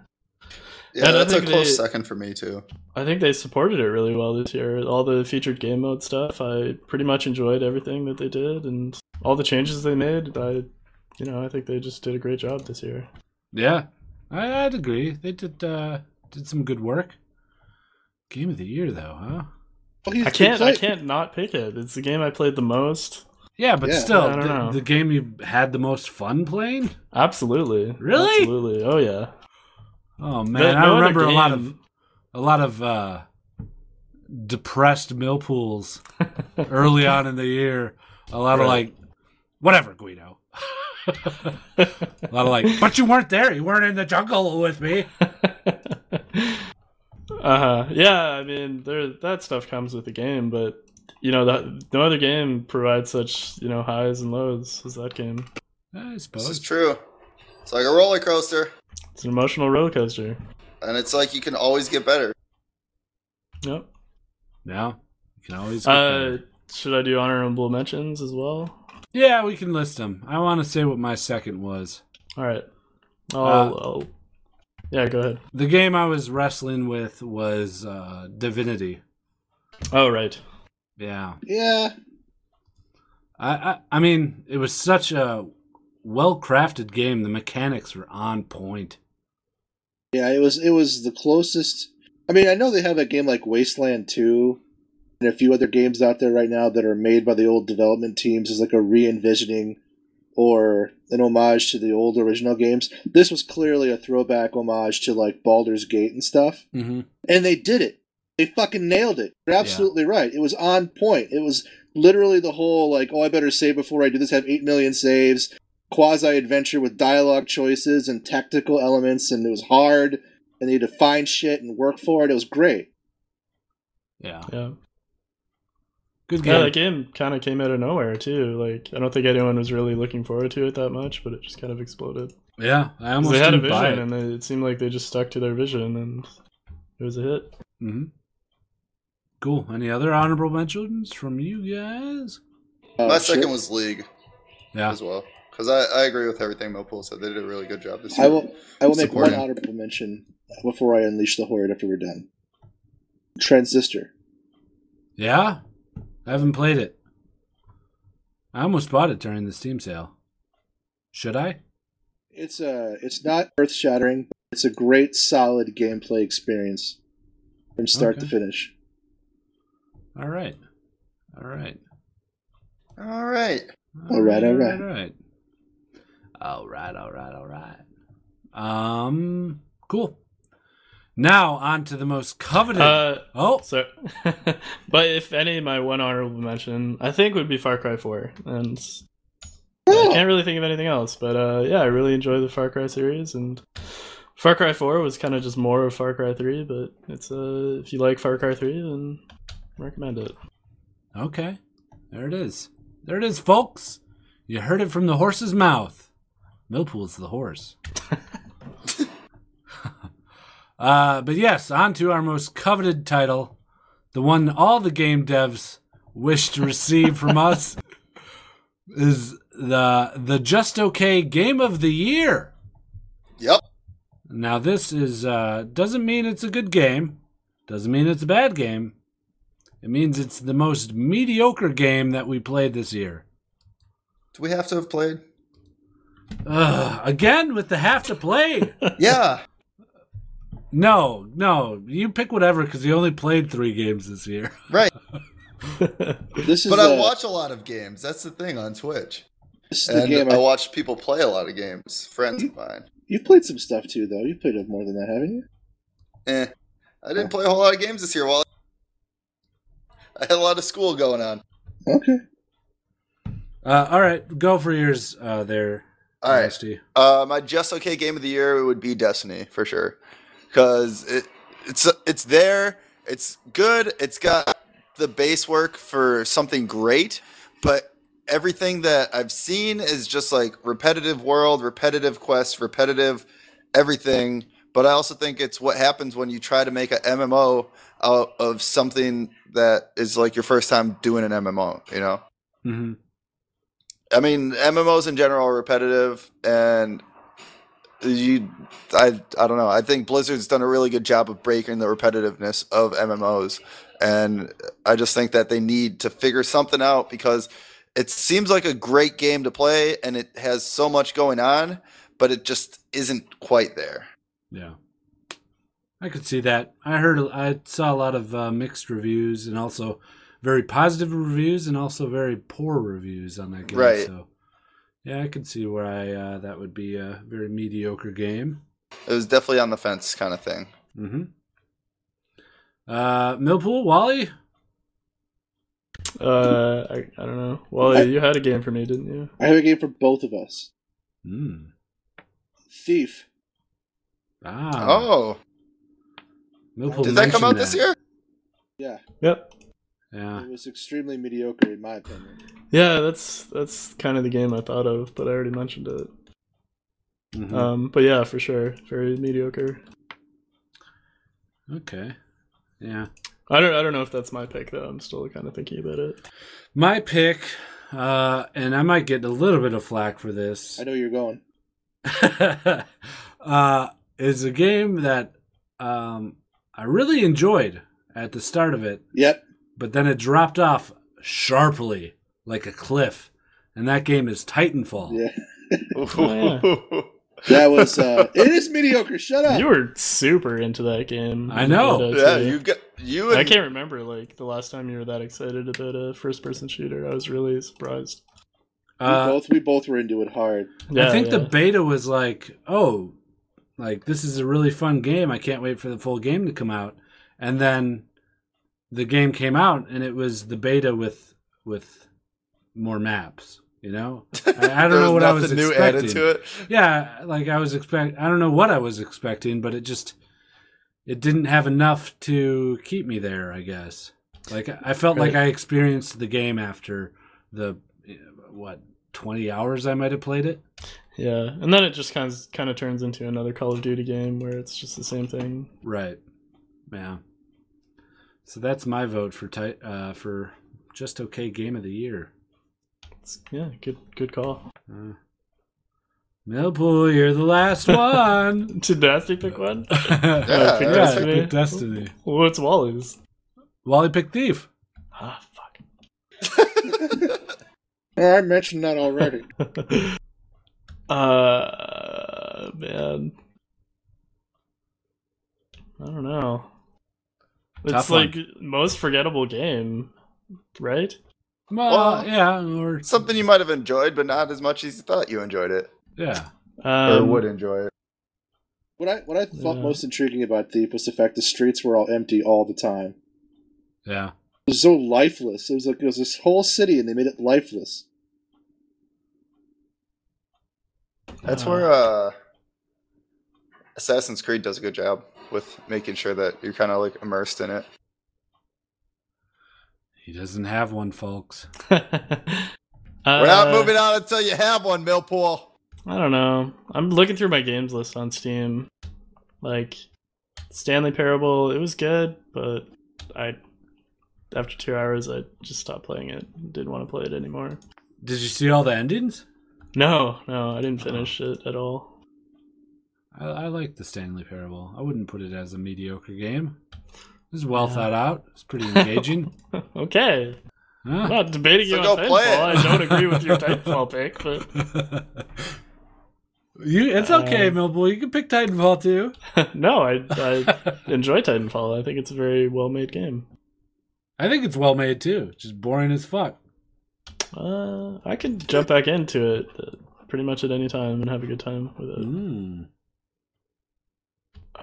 S4: Yeah,
S3: I don't
S4: that's a
S3: think
S4: close
S3: they-
S4: second for me too.
S3: I think they supported it really well this year. All the featured game mode stuff, I pretty much enjoyed everything that they did and all the changes they made. I, you know, I think they just did a great job this year.
S1: Yeah, I, I'd agree. They did uh, did some good work. Game of the year, though, huh?
S2: Well, he's
S3: I can't, I
S2: played-
S3: can't not pick it. It's the game I played the most.
S1: Yeah, but
S2: Yeah.
S1: still,
S3: I don't
S1: the,
S3: know.
S1: the game you had the most fun playing.
S3: Absolutely.
S1: Really?
S3: Absolutely. Oh yeah.
S1: Oh
S3: No-
S1: man,
S3: no
S1: I
S3: other
S1: remember a lot of
S3: game-
S1: a lot of uh, depressed Millpools early on in the year. A lot of
S3: Right.
S1: like, whatever, Guido. a lot of like, but you weren't there. You weren't in the jungle with me.
S3: uh-huh. Yeah, I mean, there that stuff comes with the game, but you know, that no other game provides such, you know, highs and lows as that game.
S1: I
S4: This is
S1: suppose.
S4: true. It's like a roller coaster,
S3: It's an emotional roller coaster.
S4: and it's like you can always get better.
S3: Yep.
S1: Yeah, you can always. get
S3: Uh
S1: better.
S3: should I do honorable mentions as well?
S1: yeah, we can list them. I want to say what my second was.
S3: All right. I'll,
S1: Uh,
S3: I'll Yeah, go ahead.
S1: The game I was wrestling with was uh, Divinity.
S3: Oh, right.
S1: Yeah.
S2: Yeah,
S1: I, I I mean, it was such a well crafted game. The mechanics were on point.
S2: Yeah, it was it was the closest. I mean, I know they have a game like Wasteland Two, and a few other games out there right now that are made by the old development teams as like a re envisioning or an homage to the old original games. This was clearly a throwback homage to like Baldur's Gate and stuff.
S1: Mm-hmm.
S2: And they did it. They fucking nailed it. You're absolutely right. It was on point. It was literally the whole like, oh, I better save before I do this. Have eight million saves. Quasi adventure with dialogue choices and tactical elements, and it was hard. And they had to find shit and work for it. It was great.
S1: Yeah.
S3: Yeah.
S1: Good game.
S3: Yeah, that game kind of came out of nowhere too. Like, I don't think anyone was really looking forward to it that much, but it just kind of exploded. 'Cause
S1: yeah. I almost
S3: they had a
S1: didn't buy
S3: vision,
S1: it.
S3: and they, it seemed like they just stuck to their vision, and it was a hit.
S1: Mm-hmm. Cool. Any other honorable mentions from you guys?
S2: Uh,
S4: My
S2: sure.
S4: second was League
S1: Yeah.
S4: as well. Because I, I agree with everything Millpool said. They did a really good job this year.
S2: I will. I will make
S4: Support
S2: one
S4: him.
S2: honorable mention before I unleash the horde after we're done. Transistor.
S1: Yeah. I haven't played it. I almost bought it during the Steam sale. Should I?
S2: It's a. It's not earth shattering. It's a great, solid gameplay experience from start to
S1: Okay.
S2: finish.
S1: All right. All right.
S4: All right.
S2: All right, all right.
S1: All right. All right. All right. All right. Um. Cool. Now on to the most coveted.
S3: Uh,
S1: oh,
S3: so, but if any, my one honorable mention I think would be Far Cry Four, and I can't really think of anything else. But uh, yeah, I really enjoy the Far Cry series, and Far Cry Four was kind of just more of Far Cry Three. But it's uh, if you like Far Cry Three, then recommend it.
S1: okay. There it is. There it is, folks. You heard it from the horse's mouth. Millpool's the horse. uh, but yes, on to our most coveted title, the one all the game devs wish to receive from us is the the just okay game of the year.
S4: Yep.
S1: Now this is uh, doesn't mean it's a good game, doesn't mean it's a bad game. It means it's the most mediocre game that we played this year.
S4: Do we have to have played?
S1: Ugh, again with the have to play.
S4: Yeah.
S1: no, no, you pick whatever because you only played three games this year.
S4: Right.
S2: This is.
S4: But I
S2: uh,
S4: watch a lot of games. That's the thing on Twitch.
S2: This is the
S4: And
S2: game.
S4: I
S2: I,
S4: watch people play a lot of games, friends of mine.
S2: you played some stuff too, though. You played more than that, haven't you?
S4: Eh. I didn't play a whole lot of games this year while I had a lot of school going on.
S2: Okay.
S1: Uh, all right, go for yours. Uh, there,
S4: All right.
S1: Nasty.
S4: Uh, my just okay game of the year would be Destiny for sure, because it, it's it's there, it's good, it's got the base work for something great, but everything that I've seen is just like repetitive world, repetitive quests, repetitive everything. But I also think it's what happens when you try to make a MMO out of something that is like your first time doing an MMO. You know,
S1: hmm
S4: I mean, MMOs in general are repetitive, and you, I, I don't know. I think Blizzard's done a really good job of breaking the repetitiveness of MMOs, and I just think that they need to figure something out because it seems like a great game to play, and it has so much going on, but it just isn't quite there.
S1: Yeah, I could see that. I heard, I saw a lot of uh, mixed reviews, and also very positive reviews, and also very poor reviews on that game.
S4: Right.
S1: So, yeah, I could see where I uh, that would be a very mediocre game.
S4: It was definitely on the fence kind of thing.
S1: Mm-hmm. Uh, Millpool, Wally.
S3: Uh, I, I don't know. Well,
S2: I-
S3: you had a game for me, didn't you?
S2: I have a game for both of us.
S1: Mm.
S2: Thief.
S1: Ah,
S4: Oh,
S1: Millpool
S4: did that come
S1: mentioned
S4: out this
S1: that.
S4: year?
S2: Yeah,
S3: Yep.
S1: Yeah,
S2: it was extremely mediocre in my opinion.
S3: Yeah, that's that's kind of the game I thought of, but I already mentioned it.
S1: Mhm.
S3: Um, but yeah, for sure, very mediocre.
S1: okay, yeah.
S3: I don't I don't know if that's my pick though. I'm still kind of thinking about it.
S1: My pick, uh, and I might get a little bit of flack for this.
S2: I know you're going.
S1: uh, is a game that um, I really enjoyed at the start of it,
S2: Yep.
S1: but then it dropped off sharply like a cliff. And that game is Titanfall.
S2: Yeah.
S3: Oh,
S2: That was. Uh, it is mediocre. Shut up.
S3: You were super into that game.
S1: I know.
S4: yeah, you got you. And,
S3: I can't remember like the last time you were that excited about a first-person shooter. I was really surprised.
S1: Uh,
S2: we both we both were into it hard.
S3: Yeah,
S1: I think the
S3: yeah.
S1: beta was like, oh, like this is a really fun game. I can't wait for the full game to come out. And then the game came out, and it was the beta with with more maps. You know, I, I don't know what I was
S4: new
S1: expecting.
S4: added to it.
S1: Yeah, like I was expect. I don't know what I was expecting, but it just it didn't have enough to keep me there. I guess. Like I felt like I experienced the game after the eh, what twenty hours I might have played it.
S3: Yeah, and then it just kind of kind of turns into another Call of Duty game where it's just the same thing.
S1: Right. Yeah. So that's my vote for ti- uh, for just okay game of the year.
S3: It's, yeah, good good call.
S1: Uh, Millpool, you're the last one.
S3: Did Nasty pick one?
S1: yeah,
S4: Yeah,
S3: pick
S1: I
S4: that's-
S3: Oh, Destiny.
S1: picked Destiny.
S3: What's Wally's?
S1: Wally picked Thief.
S3: Ah, fuck.
S2: Oh, I mentioned that already.
S3: Uh, man. I don't know. It's
S1: Tough one.
S3: like most forgettable game, right?
S1: Well,
S4: Well,
S1: yeah, or
S4: Something you might have enjoyed, but not as much as you thought you enjoyed it
S1: yeah.
S4: or
S3: Um,
S4: would enjoy it.
S2: What I what I thought
S3: Yeah.
S2: most intriguing about Thief was the fact the streets were all empty all the time.
S1: Yeah.
S2: It was so lifeless. It was like it was this whole city, and they made it lifeless.
S4: That's
S3: Uh,
S4: where uh, Assassin's Creed does a good job with making sure that you're kind of like immersed in it.
S1: He doesn't have one, folks.
S4: We're not
S3: Uh,
S4: moving on until you have one, Millpool.
S3: I don't know. I'm looking through my games list on Steam. Like Stanley Parable, it was good, but I after two hours I just stopped playing it. Didn't want to play it anymore.
S1: Did you see all the endings?
S3: No, no, I
S1: Oh.
S3: didn't finish it at all.
S1: I, I like the Stanley Parable. I wouldn't put it as a mediocre game. It was well
S3: Yeah.
S1: thought out. It's pretty engaging.
S3: okay.
S1: Huh?
S3: I'm not debating
S4: So
S3: you
S4: go
S3: on
S4: play
S3: Titanfall.
S4: it.
S3: I don't agree with your Titanfall pick, but
S1: you, it's okay,
S3: Um,
S1: Millpool. You can pick Titanfall too.
S3: no, I, I enjoy Titanfall. I think it's a very well made game.
S1: I think it's well made too. It's Just boring as fuck.
S3: Uh, I could jump back into it uh, pretty much at any time and have a good time with it.
S1: Mm.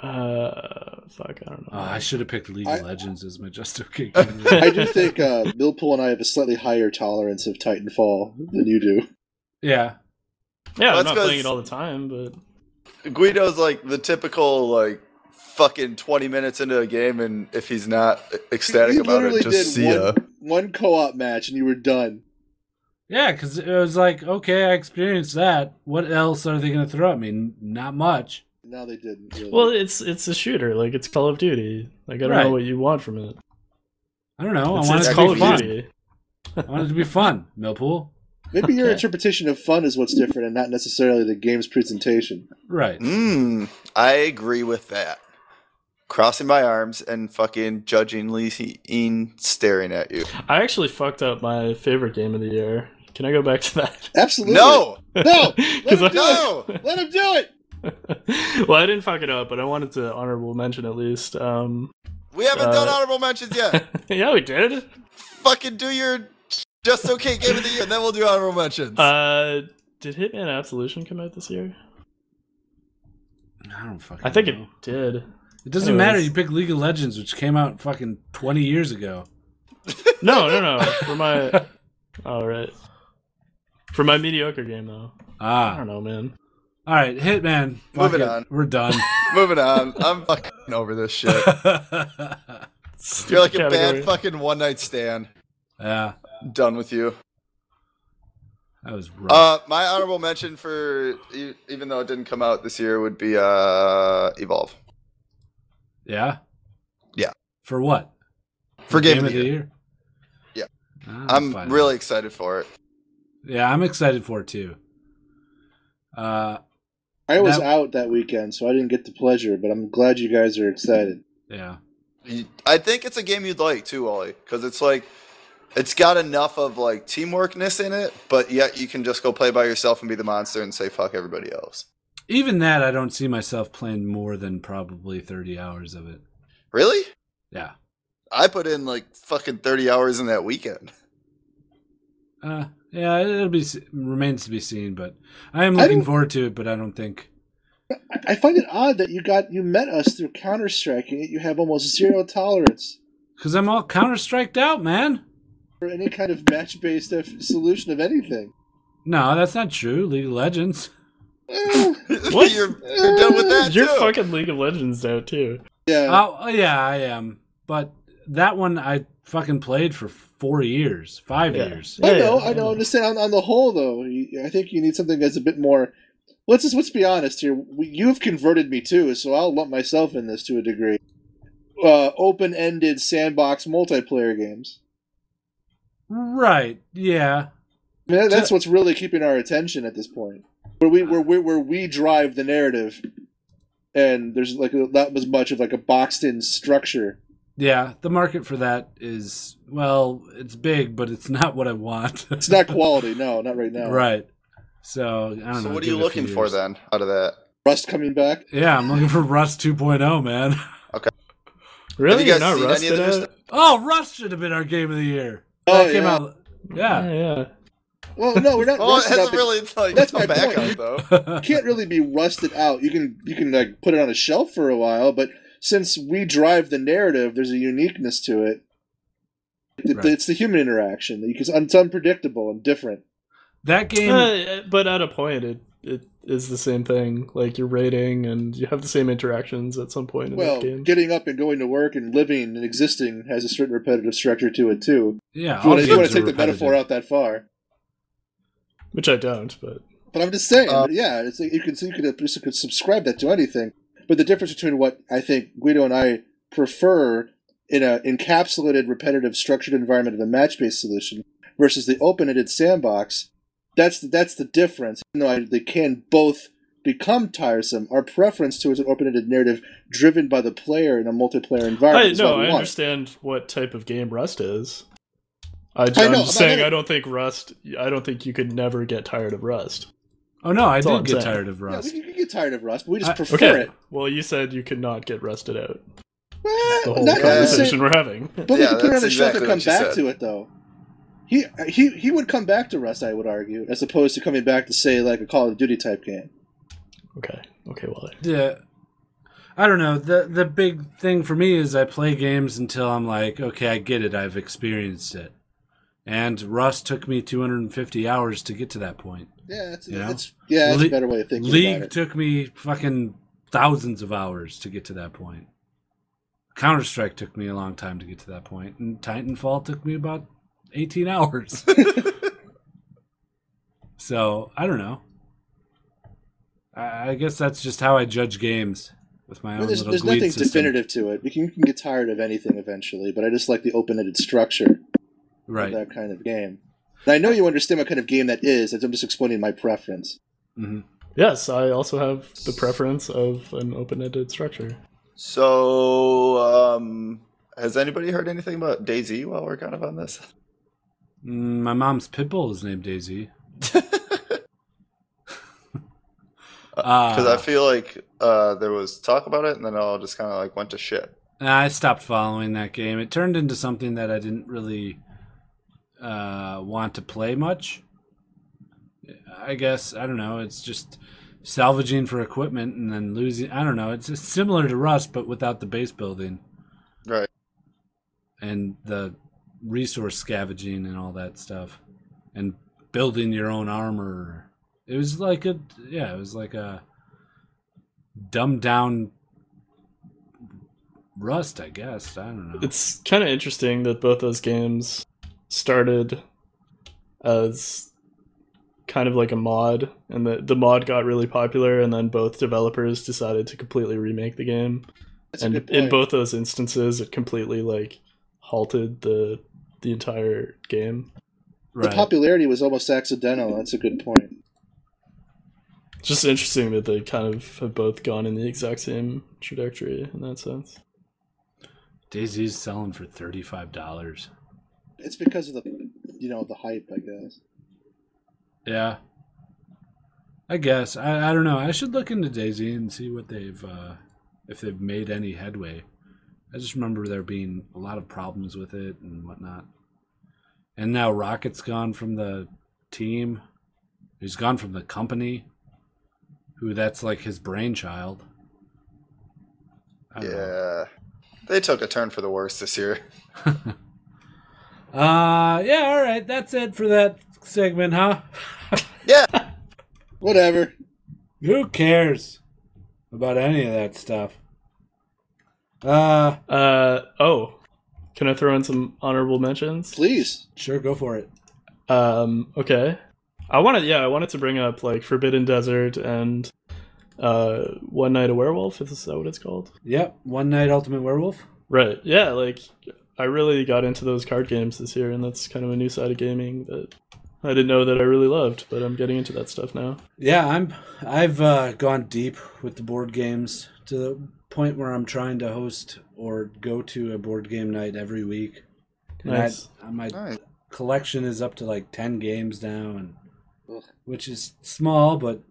S3: Uh, fuck, I don't know.
S1: Oh, I should have picked League
S2: I-
S1: of Legends as my just okay game.
S2: I do think uh, Millpool and I have a slightly higher tolerance of Titanfall than you do.
S1: yeah,
S3: yeah, I'm
S4: That's
S3: not
S4: 'cause-
S3: playing it all the time, but
S4: Guido's like the typical like fucking 20 minutes into a game, and if he's not e-, ecstatic
S2: you
S4: about
S2: literally
S4: it, just see
S2: did
S4: ya.
S2: one, one co-op match, and you were done.
S1: yeah, because it was like, okay, I experienced that. What else are they going to throw at me? N- Not much.
S2: No, they didn't. Really.
S3: well, it's it's a shooter, like it's Call of Duty. Like I don't
S1: Right.
S3: know what you want from it.
S1: I don't know.
S3: it's
S1: I wanted
S3: it's
S1: it
S3: Call
S1: to be
S3: of
S1: fun.
S3: Duty.
S1: I wanted it to be fun. Millpool,
S2: Maybe your
S3: okay.
S2: interpretation of fun is what's different, and not necessarily the game's presentation.
S1: right?
S4: Mm, I agree with that. Crossing my arms and fucking judgingly lean staring at you.
S3: I actually fucked up my favorite game of the year. Can I go back to that?
S2: Absolutely.
S4: No, Oh,
S2: No!
S3: Because
S2: Let him
S3: I,
S4: no.
S2: Let him do it.
S3: well, I didn't fuck it up, but I wanted to honorable mention at least. Um,
S4: We haven't done
S3: Uh,
S4: honorable mentions yet.
S3: yeah, we did.
S4: fucking do your just okay game of the year, and then we'll do honorable mentions.
S3: Uh, did Hitman Absolution come out this year?
S1: I don't fucking.
S3: I think it
S1: know.
S3: did.
S1: It doesn't
S3: anyways.
S1: matter. You pick League of Legends, which came out fucking twenty years ago.
S3: No, no, no. For my, all right. For my mediocre game though, I
S1: Ah,
S3: don't know, man.
S1: all right, Hitman. Fuck
S4: Moving
S1: it.
S4: on.
S1: We're done.
S4: Moving on. I'm fucking over this shit. You're like a bad fucking one night stand.
S1: yeah,
S4: Done with you.
S1: that was rough.
S4: Uh, my honorable mention for e- even though it didn't come out this year would be uh Evolve
S1: Yeah.
S4: Yeah.
S1: For what?
S4: for game,
S1: Game
S4: of the year. Yeah.
S1: Ah, fine.
S4: I'm really excited for it.
S1: Yeah, I'm excited for it too. Uh,
S2: I was
S1: That-
S2: out that weekend, so I didn't get the pleasure, but I'm glad you guys are excited.
S1: yeah.
S4: You- I think it's a game you'd like too, Ollie, because it's like it's got enough of like teamworkness in it, but yet you can just go play by yourself and be the monster and say fuck everybody else.
S1: Even that, I don't see myself playing more than probably 30 hours of it.
S4: Really?
S1: Yeah.
S4: I put in like fucking 30 hours in that weekend.
S1: Uh, yeah, it'll be s- remains to be seen, but I am
S2: I
S1: looking
S2: don't-
S1: forward to it. But I don't think
S2: I- I find it odd that you got you met us through Counter Strike and yet you have almost zero tolerance
S1: because I'm all counter striked out, man.
S2: for any kind of match based solution of anything.
S1: No, that's not true. League of Legends.
S2: Eh,
S3: What?
S4: you're, you're done with that
S3: You're
S4: too.
S3: fucking League of Legends now too.
S2: yeah,
S1: Oh, oh, yeah, I am. But that one I fucking played for four years, five
S3: Yeah.
S1: years.
S2: I know,
S3: yeah,
S2: I
S3: yeah.
S2: know. I understand. On, on the whole, though, you- I think you need something that's a bit more. Let's just let's be honest here. We- You've converted me too, so I'll lump myself in this to a degree. Uh, open-ended sandbox multiplayer games.
S1: Right? Yeah.
S2: I mean, that- that's what's really keeping our attention at this point, where we where we, where we drive the narrative, and there's like not as much of like a boxed-in structure.
S1: Yeah, the market for that is well, it's big, but it's not what I want.
S2: It's not quality. no, not right now.
S1: right. So I don't know.
S4: So what
S1: give
S4: are you
S1: it a few
S4: looking for
S1: years.
S4: then out of that?
S2: Rust coming back.
S1: Yeah, I'm looking for Rust 2.0, man.
S3: Really?
S4: you guys
S3: You're
S4: seen
S3: not
S4: any of the
S3: rusted
S4: new
S3: out?
S4: stuff?
S1: Oh, Rust should have been our game of the year.
S2: Oh,
S1: that came
S2: yeah.
S1: out. Yeah.
S3: yeah.
S2: Well, no, we're not.
S4: Oh, it
S2: rusted out
S4: hasn't
S2: be-
S4: really like
S2: That's
S4: come
S2: my
S4: back
S2: point.
S4: out though.
S2: You can't really be rusted out. You can you can like put it on a shelf for a while, but since we drive the narrative, there's a uniqueness to it. It-
S1: Right.
S2: It's the human interaction because it's unpredictable and different.
S1: that game.
S3: Uh, but at a point, it it is the same thing. Like you're rating, and you have the same interactions at some point in that
S2: Well,
S3: game.
S2: getting up and going to work and living and existing has a certain repetitive structure to it too.
S1: yeah.
S2: If you
S1: all
S2: want to,
S1: games are
S2: take the metaphor
S1: repetitive.
S2: out that far,
S3: Which I don't, but
S2: but I'm just saying,
S4: Uh,
S2: yeah, it's like you can you could you could subscribe that to anything. But the difference between what I think Guido and I prefer in a encapsulated, repetitive, structured environment of a match-based solution versus the open-ended sandbox, that's the, that's the difference. Even though I, they can both become tiresome, our preference towards an open-ended narrative driven by the player in a multiplayer environment
S3: I
S2: is
S3: no,
S2: what we
S3: I
S2: want.
S3: understand what type of game Rust is. I,
S2: I
S3: am
S2: know,
S3: just
S2: but I
S3: saying,
S2: don't-
S3: I don't think Rust. I don't think you could never get tired of Rust.
S1: Oh no, I
S3: That's all
S1: did
S3: I'm
S1: get
S3: saying.
S1: tired of
S2: Yeah, we
S1: Rust.
S2: can- we can get tired of Rust, but we just
S1: I-
S2: prefer
S3: Okay.
S2: it.
S3: Well, you said you could not get rusted out. That's the
S2: Eh,
S3: whole
S2: not- I'm just saying-
S3: conversation we're having.
S2: But we
S4: Yeah,
S2: can put it on
S4: that's
S2: the shelf
S4: exactly
S2: and come
S4: what she
S2: back
S4: said.
S2: to it, though. He he he would come back to Rust, I would argue, as opposed to coming back to say like a Call of Duty type game.
S3: okay. Okay. Well.
S1: Yeah. I don't know. The the big thing for me is I play games until I'm like, okay, I get it. I've experienced it. And Rust took me 250 hours to get to that point.
S2: Yeah, that's,
S1: You know?
S2: that's yeah, that's
S1: Le-
S2: a better way of thinking about
S1: League
S2: it.
S1: took me fucking thousands of hours to get to that point. Counter Strike took me a long time to get to that point, and Titanfall took me about 18 hours. so I don't know. I, I guess that's just how I judge games with my
S2: I
S1: own
S2: mean, there's
S1: little
S2: there's
S1: gleed
S2: nothing
S1: system.
S2: definitive to it. We can, you can get tired of anything eventually, but I just like the open-ended structure
S1: right?
S2: of that kind of game. And I know you understand what kind of game that is. as I'm just explaining my preference.
S1: hmm
S3: Yes, I also have the preference of an open-ended structure.
S4: So, um, has anybody heard anything about Daisy while we're kind of on this?
S1: Mm, my mom's pit bull is named Daisy.
S4: Because
S1: uh,
S4: I feel like uh, there was talk about it, and then it all just kind of like went to shit.
S1: I stopped following that game. It turned into something that I didn't really uh, want to play much. I guess I don't know. It's just salvaging for equipment and then losing. I don't know. It's just similar to Rust, but without the base building
S4: Right.
S1: and the resource scavenging and all that stuff, and building your own armor. It was like a yeah. It was like a dumbed down Rust, I guess. I don't know.
S3: It's kind of interesting that both those games started as kind of like a mod, and the the mod got really popular, and then both developers decided to completely remake the game.
S2: That's
S3: and
S2: a good point.
S3: in both those instances, it completely like halted the the entire game.
S2: the
S1: right.
S2: popularity was almost accidental. That's a good point.
S3: It's just interesting that they kind of have both gone in the exact same trajectory in that sense.
S1: Daisy's selling for thirty five dollars.
S2: It's because of the you know the hype, I guess.
S1: Yeah. I guess I, I don't know. I should look into Daisy and see what they've uh, if they've made any headway. I just remember there being a lot of problems with it and whatnot, And now Rocket's gone from the team. He's gone from the company. Who that's like his brainchild. I don't know.
S4: Yeah. They took a turn for the worse this year.
S1: Uh yeah, all right. That's it for that segment, huh?
S2: Whatever.
S1: Who cares about any of that stuff? Uh
S3: Uh oh. Can I throw in some honorable mentions?
S2: Please.
S1: sure, go for it.
S3: Um, okay. I wanted, yeah, I wanted to bring up like Forbidden Desert and uh, One Night a Werewolf. Is that what it's called?
S1: Yep, One Night Ultimate Werewolf.
S3: Right. Yeah. Like, I really got into those card games this year, and that's kind of a new side of gaming that I didn't know that I really loved, but I'm getting into that stuff now.
S1: Yeah, I'm I've uh, gone deep with the board games to the point where I'm trying to host or go to a board game night every week. And
S3: Nice.
S1: I, uh, my
S4: Nice.
S1: collection is up to like 10 games now and
S2: Ugh.
S1: which is small but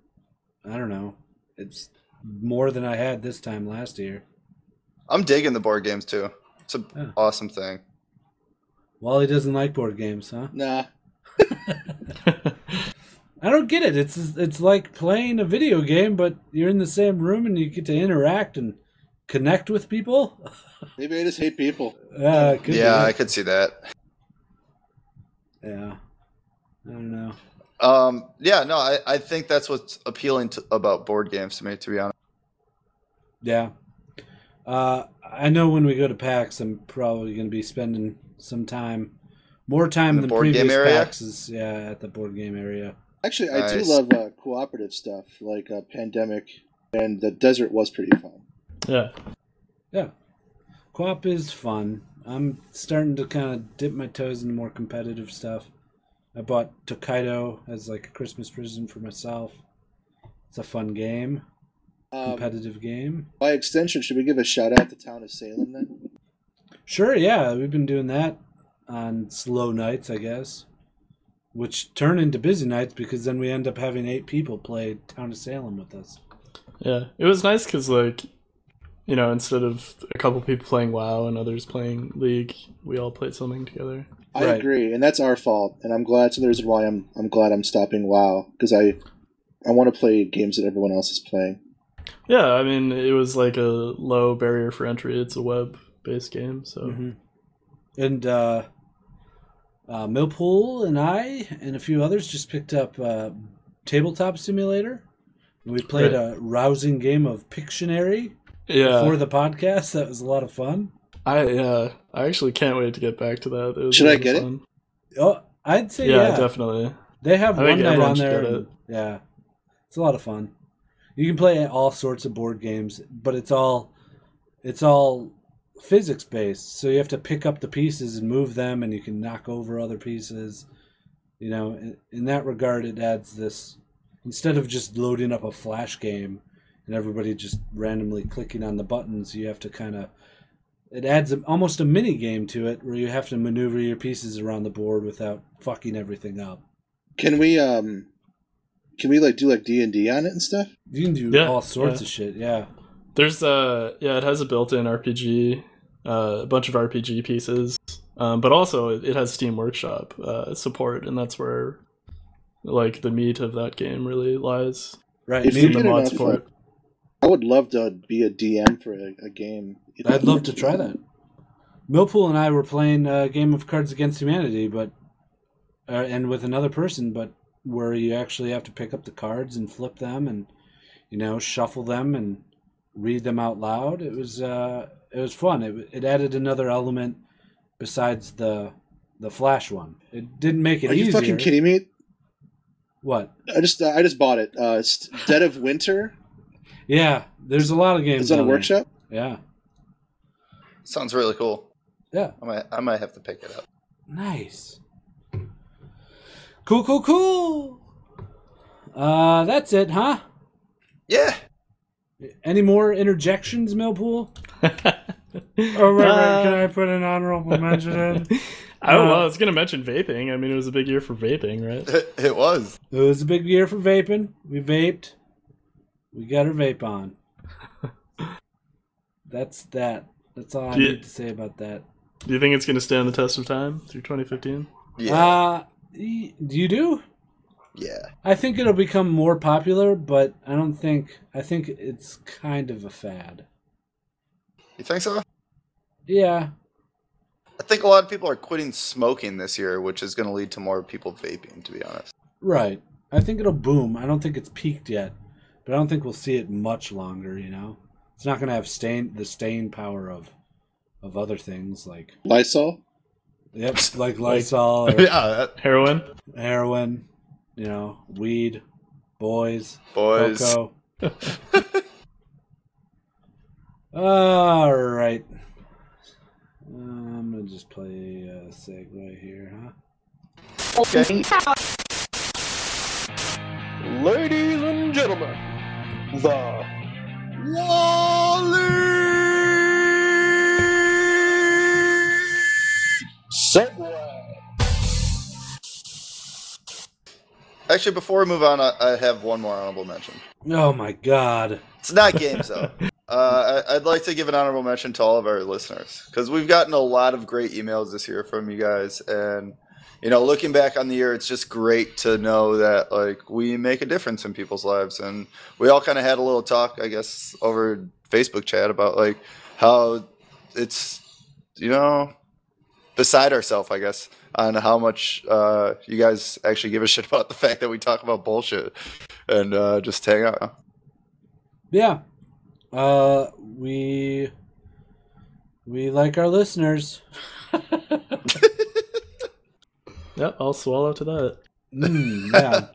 S1: I don't know. It's more than I had this time last year.
S4: I'm digging the board games too. It's an
S1: Yeah.
S4: awesome thing.
S1: Wally doesn't like board games, huh?
S2: Nah.
S1: I don't get it. It's it's like playing a video game, but you're in the same room and you get to interact and connect with people.
S2: Maybe I just hate people.
S1: Uh, it could be
S4: Yeah, I
S1: it.
S4: could see that.
S1: yeah. I don't know.
S4: Um, yeah, no, I, I think that's what's appealing to, about board games to me, to be honest.
S1: Yeah. Uh, I know when we go to PAX, I'm probably going to be spending some time, more time
S4: the
S1: than
S4: board game
S1: previous
S4: area?
S1: PAXes. Yeah, at the board game area.
S2: Actually, I do
S4: Nice.
S2: love uh, cooperative stuff like uh, Pandemic, and the desert was pretty fun.
S3: Yeah.
S1: Co-op is fun. I'm starting to kind of dip my toes into more competitive stuff. I bought Tokaido as like a Christmas present for myself. It's a fun game,
S2: Um,
S1: competitive game.
S2: by extension, should we give a shout out to town of Salem then?
S1: Sure, yeah, we've been doing that on slow nights, I guess, which turn into busy nights because then we end up having eight people play Town of Salem with us.
S3: Yeah. It was nice because, like, you know, instead of a couple people playing WoW and others playing League, we all played something together.
S2: I
S1: Right.
S2: agree, and that's our fault. And I'm glad. So there's why I'm I'm glad I'm stopping WoW because I I want to play games that everyone else is playing.
S3: Yeah, I mean, it was like a low barrier for entry. It's a web-based game, so
S1: Mhm. And uh, uh, Millpool and I and a few others just picked up uh, Tabletop Simulator. And we played a rousing game of Pictionary
S3: yeah.
S1: for the podcast. That was a lot of fun.
S3: I yeah, I actually can't wait to get back to that. It was
S2: Should I
S3: really
S2: get it?
S3: fun.
S1: Oh, I'd say
S3: Yeah,
S1: yeah.
S3: definitely.
S1: They have
S3: I
S1: one
S3: think
S1: night
S3: everyone
S1: on
S3: should
S1: there.
S3: get
S1: and- yeah, it's a lot of fun. You can play all sorts of board games, but it's all it's all physics based. So you have to pick up the pieces and move them, and you can knock over other pieces. You know, in, in that regard, it adds this instead of just loading up a flash game and everybody just randomly clicking on the buttons, you have to kind of it adds a, almost a mini game to it where you have to maneuver your pieces around the board without fucking everything up.
S2: Can we um can we like do like D and D on it and stuff?
S1: You can do
S3: Yeah,
S1: all sorts
S3: yeah.
S1: of shit. Yeah,
S3: There's uh yeah, it has a built-in RPG, uh, a bunch of RPG pieces, um, but also it, it has Steam Workshop uh, support, and that's where like the meat of that game really lies.
S1: right.
S2: If
S1: me-
S2: you
S3: in the
S2: get
S3: mod
S2: enough,
S3: support.
S2: I would love to be a DM for a, a game.
S1: I'd love to try that. Millpool and I were playing a game of Cards Against Humanity, but uh, and with another person, but where you actually have to pick up the cards and flip them, and you know shuffle them and read them out loud. It was uh, it was fun. It it added another element besides the the flash one. It didn't make it
S2: Are you
S1: easier.
S2: fucking kidding me?
S1: What?
S2: I just I just bought it. Uh, it's Dead of Winter.
S1: Yeah, there's a lot of games.
S2: It's on a
S1: on there.
S2: workshop.
S1: Yeah,
S4: Sounds really cool.
S1: yeah.
S4: I might, I might have to pick it up.
S1: Nice. Cool, cool, cool. Uh, that's it, huh?
S4: Yeah.
S1: Any more interjections, Millpool? Oh, wait,
S3: Uh,
S1: Can I put an honorable mention in?
S3: I don't know. I
S1: Uh,
S3: was gonna mention vaping. I mean, it was a big year for vaping, right?
S4: It was.
S1: It was a big year for vaping. We vaped. We got our vape on. That's that. That's all I
S3: Yeah.
S1: need to say about that.
S3: Do you think it's gonna stand the test of time through 2015?
S4: Yeah.
S1: Uh, y- you do?
S4: yeah.
S1: I think it'll become more popular, but I don't think. I think it's kind of a fad.
S4: You think so?
S1: Yeah.
S4: I think a lot of people are quitting smoking this year, which is going to lead to more people vaping, to be honest.
S1: Right. I think it'll boom. I don't think it's peaked yet, but I don't think we'll see it much longer. You know, it's not going to have stain the staying power of of other things like
S2: Lysol.
S1: yep, like Lysol or
S4: yeah, that,
S3: Heroin.
S1: heroin, you know, weed, boys,
S4: boys.
S1: cocoa. All right. I'm gonna Um, just play a segue here, huh?
S6: Ladies and gentlemen, the Segway.
S4: Actually, before we move on, I, I have one more honorable mention.
S1: Oh my god.
S4: It's not games, though. Uh, I, I'd like to give an honorable mention to all of our listeners because we've gotten a lot of great emails this year from you guys, and you know, looking back on the year, it's just great to know that like we make a difference in people's lives, and we all kind of had a little talk, I guess, over Facebook chat about like how it's you know beside ourselves, I guess, on how much uh, you guys actually give a shit about the fact that we talk about bullshit and uh, just hang out.
S1: Yeah. Uh we we like our listeners.
S3: Yep, I'll swallow to that.
S1: Mm, yeah.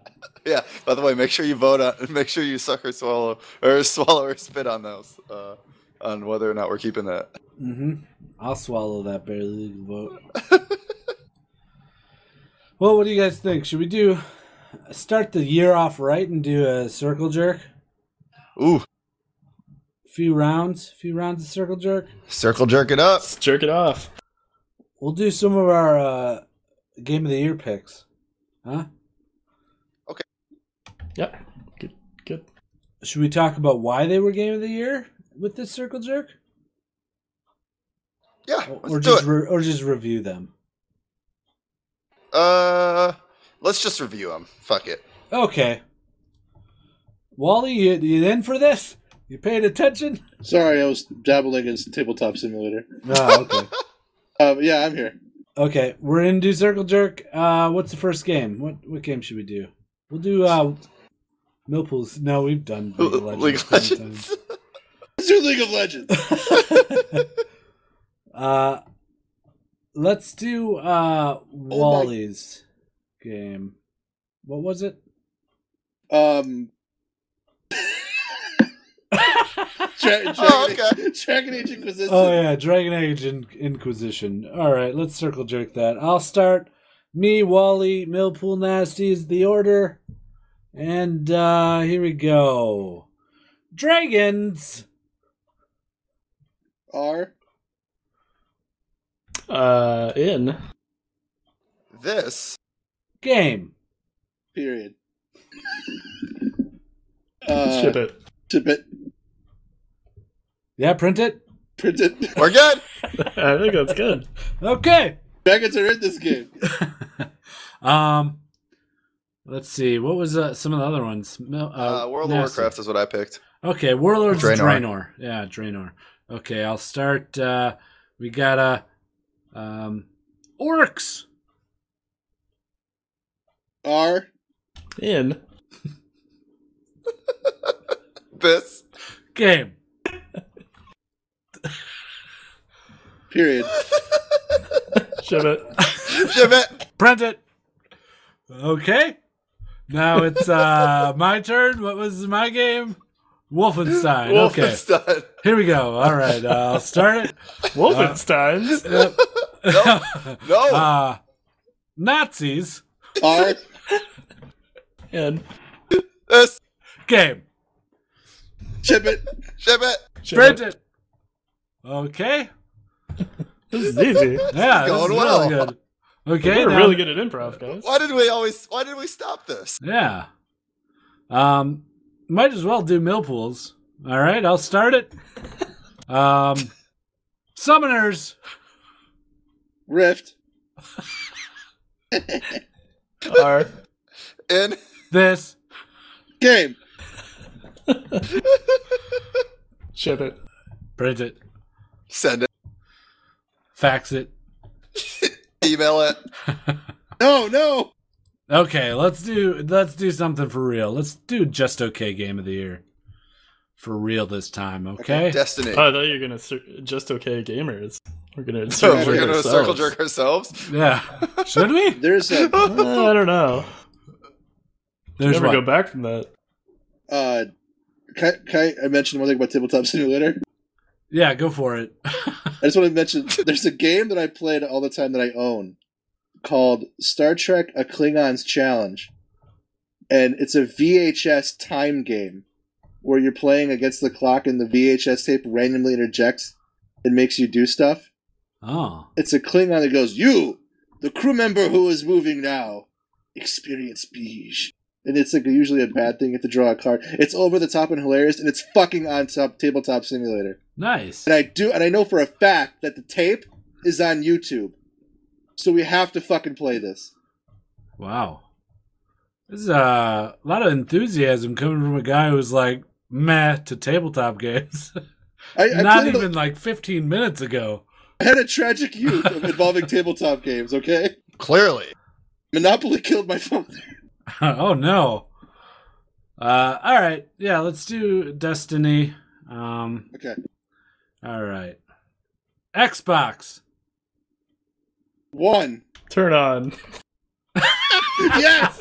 S4: Yeah. By the way, make sure you vote on. Make sure you suck or swallow or swallow or spit on those. Uh, on whether or not we're keeping that.
S1: Mm-hmm. I'll swallow that barely legal vote. well, what do you guys think? Should we do start the year off right and do a circle jerk?
S4: Ooh,
S1: few rounds, few rounds of circle jerk.
S4: circle jerk it up.
S3: Let's jerk it off.
S1: We'll do some of our uh, game of the year picks. Huh?
S3: Yep. Good. Good.
S1: Should we talk about why they were game of the year with this circle jerk,
S4: Yeah,
S1: or,
S4: let's
S1: or
S4: do
S1: just
S4: it.
S1: re- or just review them?
S4: uh, let's just review them. Fuck it.
S1: Okay. Wally, you, you in for this? You paid attention?
S2: Sorry, I was dabbling in tabletop simulator.
S1: Oh, okay.
S2: Um, yeah, I'm here.
S1: okay, we're gonna do circle jerk. Uh, what's the first game? What what game should we do? We'll do uh, Millpools. No, we've done League of Legends.
S4: League of
S1: plenty of times.
S4: Legends.
S2: Let's do League of Legends.
S1: uh, let's do uh Wally's game. What was it?
S2: Um, Dra- Dragon,
S4: Oh,
S2: Age, Dragon Age Inquisition.
S1: Oh yeah, Dragon Age In- Inquisition. All right, let's circle jerk that. I'll start. Me, Wally, Millpool, Nasty is the order, and uh here we go. Dragons.
S2: R.
S3: Uh, in.
S4: This
S1: Game.
S2: Period. Uh,
S3: Ship it.
S2: Ship it.
S1: Yeah, print it.
S2: Print it.
S4: we're good.
S3: I think that's good.
S1: Okay.
S2: Dragons are in this game.
S1: um, let's see. What was uh, some of the other ones? Mil-
S4: Uh, World of
S1: Nasty.
S4: Warcraft is what I picked.
S1: Okay, Warlords Draenor.
S4: Draenor.
S1: Draenor. Yeah, Draenor. Okay, I'll start. Uh, we got uh, um, orcs.
S2: R.
S3: In.
S4: This
S1: Game.
S2: Period.
S3: Ship it.
S4: ship it.
S1: Print it. Okay. Now it's uh, my turn. What was my game? Wolfenstein. Okay.
S4: Wolfenstein.
S1: Here we go. All right, Uh, I'll start it.
S3: Wolfenstein's.
S1: Yep.
S4: No, no.
S1: Uh, Nazis.
S2: R.
S3: In.
S4: This
S1: Game.
S2: Ship it.
S4: ship it.
S3: Ship
S1: Print
S3: it.
S1: it. Okay.
S3: This is easy.
S1: Yeah, this
S4: going
S1: is
S4: well.
S1: really good. Okay,
S3: We're
S1: now-
S3: really good at improv, guys.
S4: Why did we always? Why did we stop this?
S1: Yeah. Um, might as well do Millpools. All right, I'll start it. Um, summoners.
S2: Rift.
S3: Are
S4: In
S1: This
S2: Game.
S3: ship it.
S1: print it,
S4: send it,
S1: fax it.
S4: email it.
S2: No, no.
S1: Okay, let's do let's do something for real. Let's do just okay game of the year for real this time. Okay.
S4: Destiny.
S1: Uh,
S3: Oh, I thought you were gonna cir- just okay gamers. We're gonna
S4: so
S3: circle
S4: we're
S3: jerk
S4: gonna
S3: ourselves.
S4: circle jerk ourselves.
S1: yeah. Should we?
S2: There's a
S3: Uh, I don't know.
S1: There's
S3: Never
S1: one.
S3: go back from that.
S2: uh, can, can I, I mentioned one thing about tabletop simulator.
S1: yeah, go for it.
S2: I just want to mention there's a game that I played all the time that I own called Star Trek: A Klingon's Challenge, and it's a VHS time game where you're playing against the clock, and the VHS tape randomly interjects and makes you do stuff.
S1: oh.
S2: It's a Klingon that goes, "You, the crew member who is moving now, experience beige." And it's like usually a bad thing. You have to draw a card. It's over the top and hilarious, and it's fucking on top tabletop simulator.
S1: Nice.
S2: And I do, and I know for a fact that the tape is on YouTube. So we have to fucking play this.
S1: Wow. This is uh, a lot of enthusiasm coming from a guy who's like meh to tabletop games.
S2: I, I,
S1: Not
S2: played-
S1: even like 15 minutes ago.
S2: I had a tragic youth of involving tabletop games. Okay,
S4: Clearly.
S2: Monopoly killed my father.
S1: oh no. Uh, all right. Yeah, let's do Destiny. Um,
S2: Okay,
S1: all right. Xbox.
S2: one.
S3: Turn on.
S2: Yes.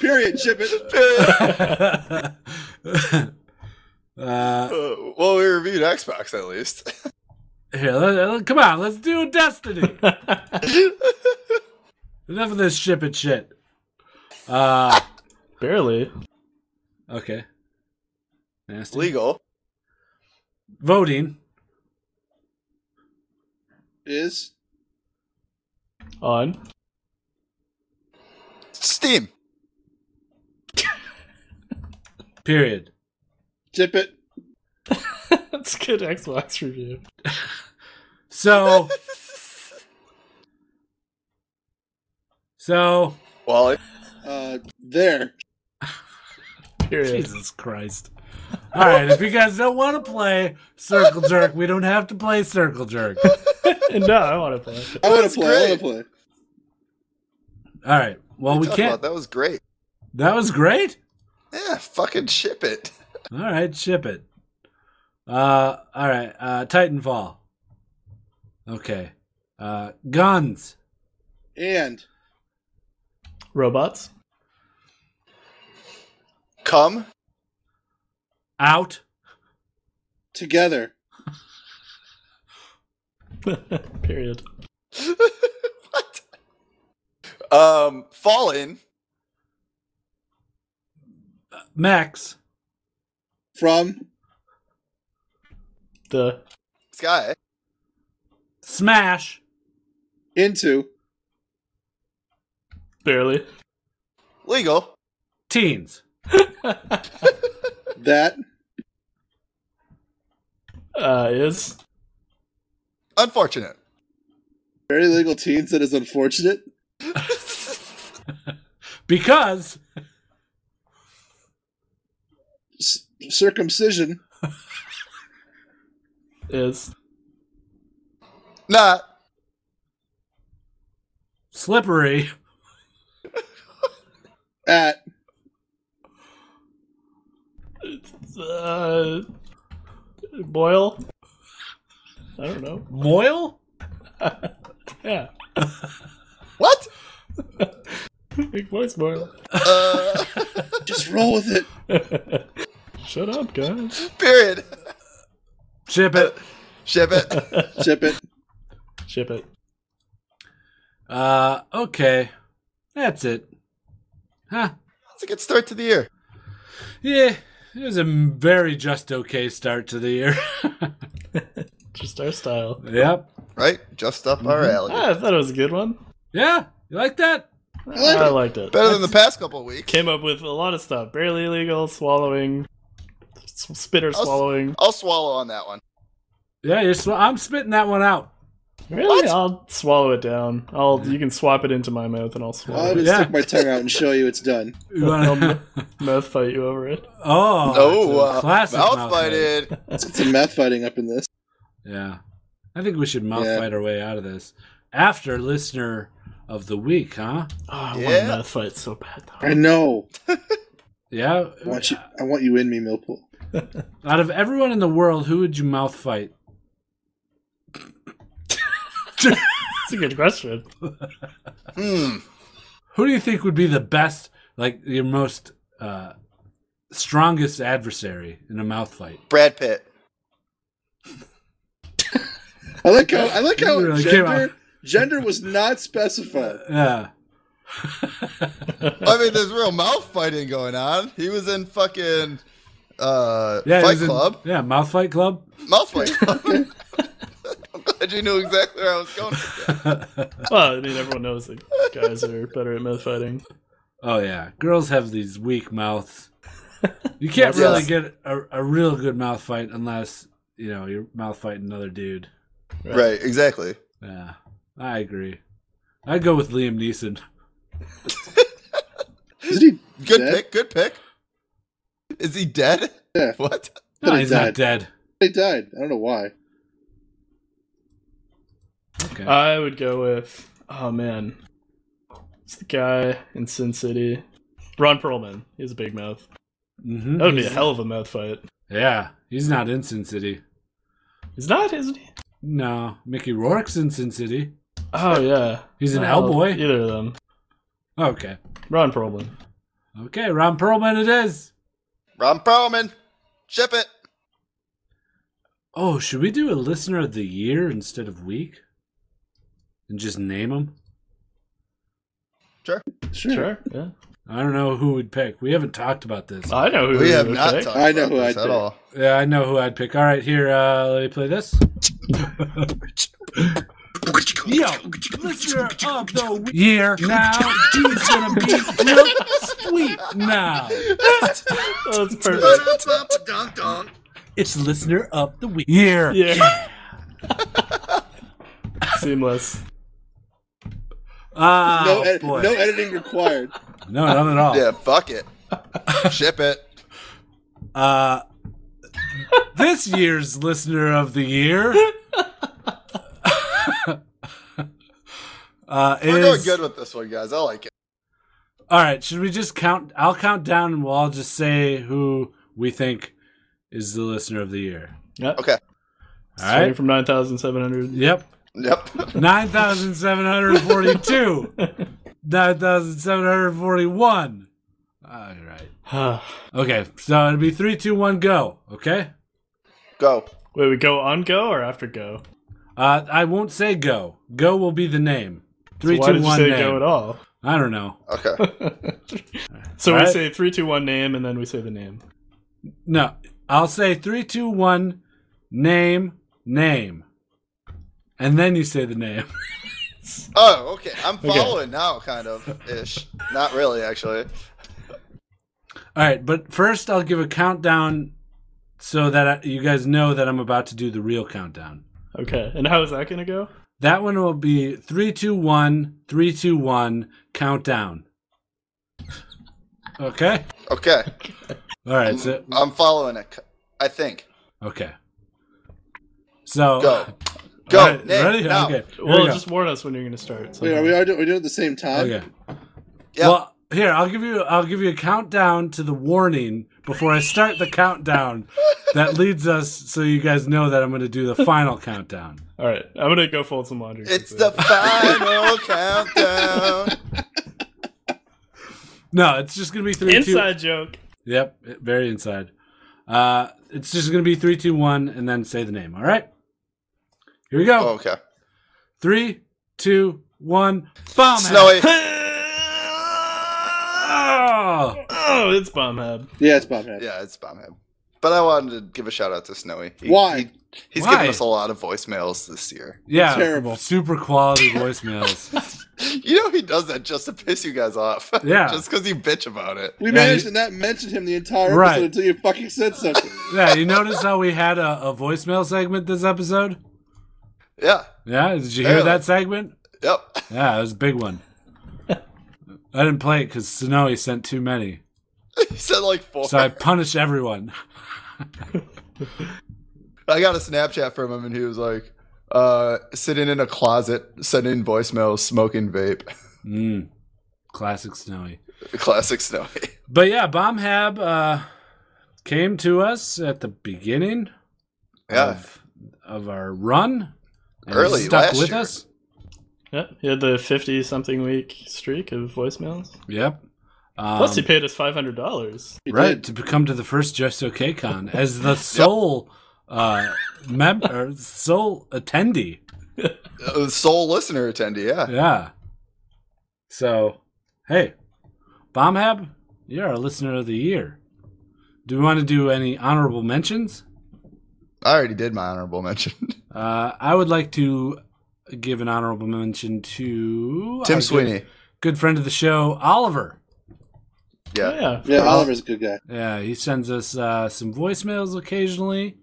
S2: Period. Ship it.
S4: Period.
S1: uh,
S4: Uh, well, we reviewed Xbox at least.
S1: here, let- let- come on, let's do Destiny. Enough of this ship and shit. Uh,
S3: Barely.
S1: okay. Nasty.
S4: Legal.
S1: Voting.
S2: Is
S3: On.
S4: Steam.
S1: Period.
S2: ship it.
S3: That's a good Xbox review.
S1: So, so
S4: Wally.
S2: Uh, there.
S3: Period.
S1: Jesus Christ. All right, if you guys don't want to play Circle Jerk, we don't have to play Circle Jerk.
S3: no, I want to play. it.
S2: I want
S4: That's
S2: to play. I
S4: great.
S2: want to play.
S1: All right. Well, we
S4: Talk
S1: can't.
S4: about- that was great.
S1: That was great.
S4: Yeah, fucking ship it.
S1: All right, ship it. Uh, all right, uh, Titanfall. Okay, uh, guns.
S2: And
S3: Robots.
S4: Come
S1: Out.
S2: together.
S3: Period.
S4: what? Um, falling
S1: Max.
S2: from
S3: The
S4: sky
S1: Smash.
S2: into
S3: barely.
S4: legal
S1: Teens.
S2: that
S3: Uh, is
S4: unfortunate.
S2: very legal teens that is unfortunate.
S1: Because
S2: C- circumcision
S3: is
S4: Not
S1: slippery.
S2: at
S3: uh, boil. I don't know.
S1: Moil.
S3: Yeah,
S4: what?
S3: big voice boil.
S4: Uh,
S2: just roll with it.
S3: Shut up, guys.
S4: period.
S1: Ship it.
S4: Ship it.
S2: Ship it.
S3: Ship it.
S1: Uh, okay, that's it. Huh?
S4: That's a good start to the year.
S1: Yeah, it was a very just okay start to the year.
S3: Just our style.
S1: yep.
S4: Right? Just up our
S1: Mm-hmm.
S4: alley.
S3: Ah, I thought it was a good one.
S1: Yeah, you like that?
S2: like
S3: I
S2: it.
S3: liked it.
S4: Better than the past couple of weeks.
S3: Came up with a lot of stuff. Barely illegal. Swallowing. s- Spitter
S4: I'll s-
S3: swallowing.
S4: I'll swallow on that one.
S1: Yeah, you're. Sw- I'm spitting that one out.
S3: Really?
S4: What?
S3: I'll swallow it down. I'll you can swap it into my mouth and I'll swallow
S2: I'll
S3: it.
S2: just
S1: Oh, Yeah.
S2: stick my tongue out and show you it's done.
S1: You wanna-
S3: Mouth fight you over it.
S1: oh,
S4: oh,
S1: it's a
S4: uh,
S1: classic
S4: mouth,
S1: mouth
S4: fight
S1: fight.
S4: it.
S2: It's some meth fighting up in this.
S1: Yeah. I think we should mouth
S2: Yeah.
S1: fight our way out of this. After listener of the week, huh?
S3: Oh, I want
S4: Yeah.
S3: a mouth fight so bad. though.
S2: I know.
S1: Yeah.
S2: I want you. I want you in me, Millpool.
S1: Out of everyone in the world, who would you mouth fight?
S3: That's a good question.
S4: Hmm.
S1: Who do you think would be the best, like your most uh, strongest adversary in a mouth fight?
S4: Brad Pitt.
S2: I like how. I like how
S1: You really came out.
S2: gender gender was not specified.
S1: Yeah.
S4: I mean, there's real mouth fighting going on. He was in fucking uh,
S1: Yeah. it
S4: Fight
S1: was in-
S4: Club.
S1: yeah, mouth fight club.
S4: Mouth fight club. I'm glad you knew exactly where I was going. with that.
S3: Well, I mean, everyone knows that guys are better at mouth fighting.
S1: Oh yeah, girls have these weak mouths. You can't
S4: Yes.
S1: really get a, a real good mouth fight unless you know you're mouth fighting another dude.
S4: Right, exactly.
S1: Yeah, I agree. I'd go with Liam Neeson.
S2: Is he?
S4: Good
S2: Dead?
S4: pick. Good pick. Is he dead?
S2: Yeah.
S4: What?
S1: No,
S2: he
S1: he's not
S2: died.
S1: dead.
S2: He died. I don't know why.
S1: Okay.
S3: I would go with oh man, it's the guy in Sin City, Ron Perlman. He has a big mouth.
S1: Mhm.
S3: That would be a hell of a mouth fight.
S1: Yeah, he's not in Sin City.
S3: He's not, isn't he?
S1: No, Mickey Rourke's in Sin City.
S3: Oh yeah,
S1: He's an
S3: Well,
S1: Hellboy?
S3: Either of them.
S1: Okay,
S3: Ron Perlman.
S1: okay, Ron Perlman it is.
S4: Ron Perlman. Ship it.
S1: Oh, should we do a listener of the year instead of week, and just name him?
S2: Sure.
S3: Sure. Yeah.
S1: I don't know who we'd pick. We haven't talked about this.
S3: I know who
S4: We have
S3: would
S4: not
S3: pick.
S4: talked
S2: I know
S4: about
S2: who
S4: this
S2: I'd
S4: at
S2: pick.
S4: all.
S1: Yeah, I know who I'd pick. All right, here, uh, let me play this. Yo, listener of the week year now, he's gonna be real sweet now.
S3: Oh, that's perfect.
S1: It's listener of the week year.
S3: Yeah. Seamless.
S1: Ah,
S2: No, ed-
S1: boy.
S2: no editing required.
S1: no, none at all.
S4: Yeah, fuck it. Ship it.
S1: Uh, this year's listener of the year Oh, uh,
S4: We're
S1: is
S4: going good with this one, guys. I like it.
S1: All right, should we just count? I'll count down and we'll all just say who we think is the listener of the year.
S3: Yep.
S4: Okay.
S1: All
S3: Starting
S1: right.
S3: from 9,700.
S1: Yep.
S4: Yep.
S1: 9,742. 9,741. All right. Okay, so it'll be three, two, one, go. Okay?
S4: Go.
S3: Wait, we go on go or after go?
S1: Uh, I won't say go. Go will be the name. Three,
S3: Why
S1: two,
S3: did you
S1: one,
S3: say
S1: name.
S3: go at all?
S1: I don't know.
S4: Okay.
S3: So we
S1: Alright.
S3: say three, two, one name, and then we say the name.
S1: No, I'll say three, two, one, name, name. And then you say the name.
S4: Oh, okay. I'm following now, kind of ish. Not really, actually.
S1: All right, but first I'll give a countdown so that I, you guys know that I'm about to do the real countdown.
S3: Okay. And how is that going to go?
S1: That one will be three, two, one, three, two, one, countdown. Okay?
S4: Okay.
S1: All right, so,
S4: I'm following it. c- I think.
S1: okay. So,
S4: Go. Go.
S1: all right,
S4: Nick,
S1: ready?
S4: now.
S1: Okay. here we
S3: Well,
S1: go.
S3: just warn us when you're going to start. So.
S2: Wait, are we are doing, we doing it at the same time?
S1: Okay.
S4: Yeah.
S1: Oh, Well, here I'll give you I'll give you a countdown to the warning before I start the countdown that leads us so you guys know that I'm going to do the final countdown.
S3: All right. I'm going to go fold some laundry.
S4: It's the final countdown.
S1: No, it's just going to be three, two-
S3: inside joke.
S1: Yep, very inside. Uh, it's just gonna be three, two, one, and then say the name. All right, here we
S4: Oh,
S1: go.
S4: okay.
S1: Three, two, one. Bomb.
S4: Snowy.
S1: Oh,
S3: Oh, it's bomb hab.
S2: Yeah, it's Bobhead.
S4: Yeah, it's Bombhead. But I wanted to give a shout out to Snowy. He-
S2: Why?
S4: he- he's
S1: Why?
S4: given us a lot of voicemails this year.
S1: yeah,
S2: Terrible.
S1: Super quality voicemails.
S4: You know he does that just to piss you guys off.
S1: Yeah.
S4: just because you bitch about it.
S2: We
S1: Yeah,
S2: managed
S1: you-
S2: to not mention him the entire episode
S1: Right.
S2: until you fucking said something.
S1: yeah, you notice how we had a, a voicemail segment this episode?
S4: Yeah.
S1: Yeah, did you hear
S4: Yeah.
S1: that segment?
S4: Yep.
S1: Yeah, it was a big one. I didn't play it because Sonoe sent too many.
S4: he said like four.
S1: So I punished everyone.
S4: I got a Snapchat from him, and he was like, uh, sitting in a closet, sending voicemails, smoking vape.
S1: Mm, classic Snowy.
S4: Classic Snowy.
S1: But yeah, Bomb Hab uh, came to us at the beginning
S4: Yeah.
S1: of, of our run. and
S4: Early
S1: stuck
S4: last
S1: with
S4: year.
S1: us.
S3: Yep, he had the fifty-something week streak of voicemails.
S1: Yep. Um,
S3: Plus, he paid us five hundred dollars.
S2: He
S1: right
S2: did.
S1: to come to the first Just OK Con as the sole uh, mem- or sole attendee.
S4: Uh, Sole listener attendee. Yeah.
S1: Yeah. So, hey, Bombhab, you're our listener of the year. Do we want to do any honorable mentions?
S4: I already did my honorable mention.
S1: Uh, I would like to give an honorable mention to
S4: Tim
S1: our
S4: Sweeney.
S1: good, good friend of the show, Oliver.
S4: Yeah.
S3: yeah.
S2: Yeah, Oliver's a good guy.
S1: Yeah, he sends us uh, some voicemails occasionally.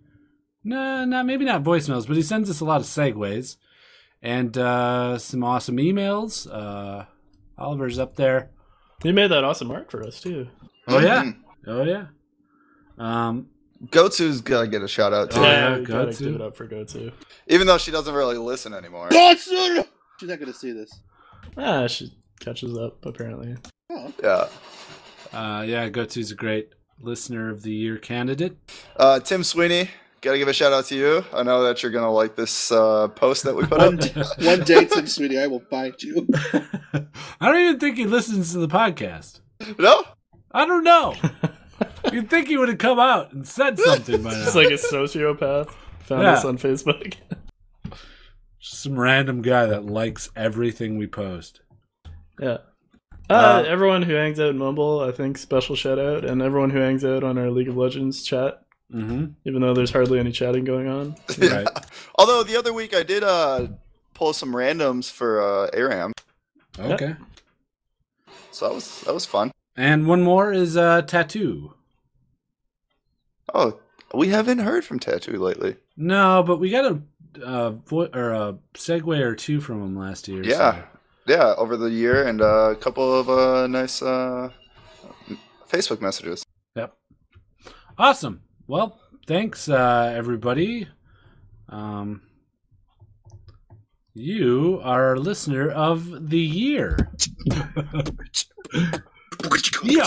S1: No, no, maybe not voicemails, but he sends us a lot of segues and uh, some awesome emails. Uh, Oliver's up there.
S3: He made that awesome art for us too.
S1: Oh yeah,
S4: Mhm.
S1: oh yeah. Um,
S4: Goatsu's gotta get a shout out too.
S1: Oh, yeah,
S3: we gotta
S1: Goatsu.
S3: give it up for go to.
S4: Even though she doesn't really listen anymore.
S2: Godson! She's not going to see this.
S3: Ah, she catches up apparently.
S4: Yeah.
S1: uh, yeah, Gotu's a great listener of the year candidate.
S4: Uh, Tim Sweeney, gotta give a shout out to you. I know that you're gonna like this uh, post that we put up.
S2: One day, Tim Sweetie, I will find you.
S1: I don't even think he listens to the podcast.
S4: no?
S1: I don't know. You'd think he would have come out and said something by now.
S3: Just like a sociopath found
S1: Yeah.
S3: us on Facebook.
S1: Just some random guy that likes everything we post.
S3: yeah. Uh,
S1: Uh,
S3: everyone who hangs out in Mumble, I think special shout out, and everyone who hangs out on our League of Legends chat,
S1: Mm-hmm.
S3: even though there's hardly any chatting going on.
S1: Right.
S4: Although the other week I did uh, pull some randoms for uh, Aram,
S1: Okay.
S4: so that was that was fun.
S1: And one more is uh, tattoo.
S4: Oh, we haven't heard from Tattoo lately.
S1: No, but we got a uh, vo- or a segue or two from him last year. so-
S4: Yeah. Yeah, over the year and uh, a couple of uh, nice uh, Facebook messages.
S1: Awesome. Well, thanks uh, everybody. Um, you are a listener of the year. Yo,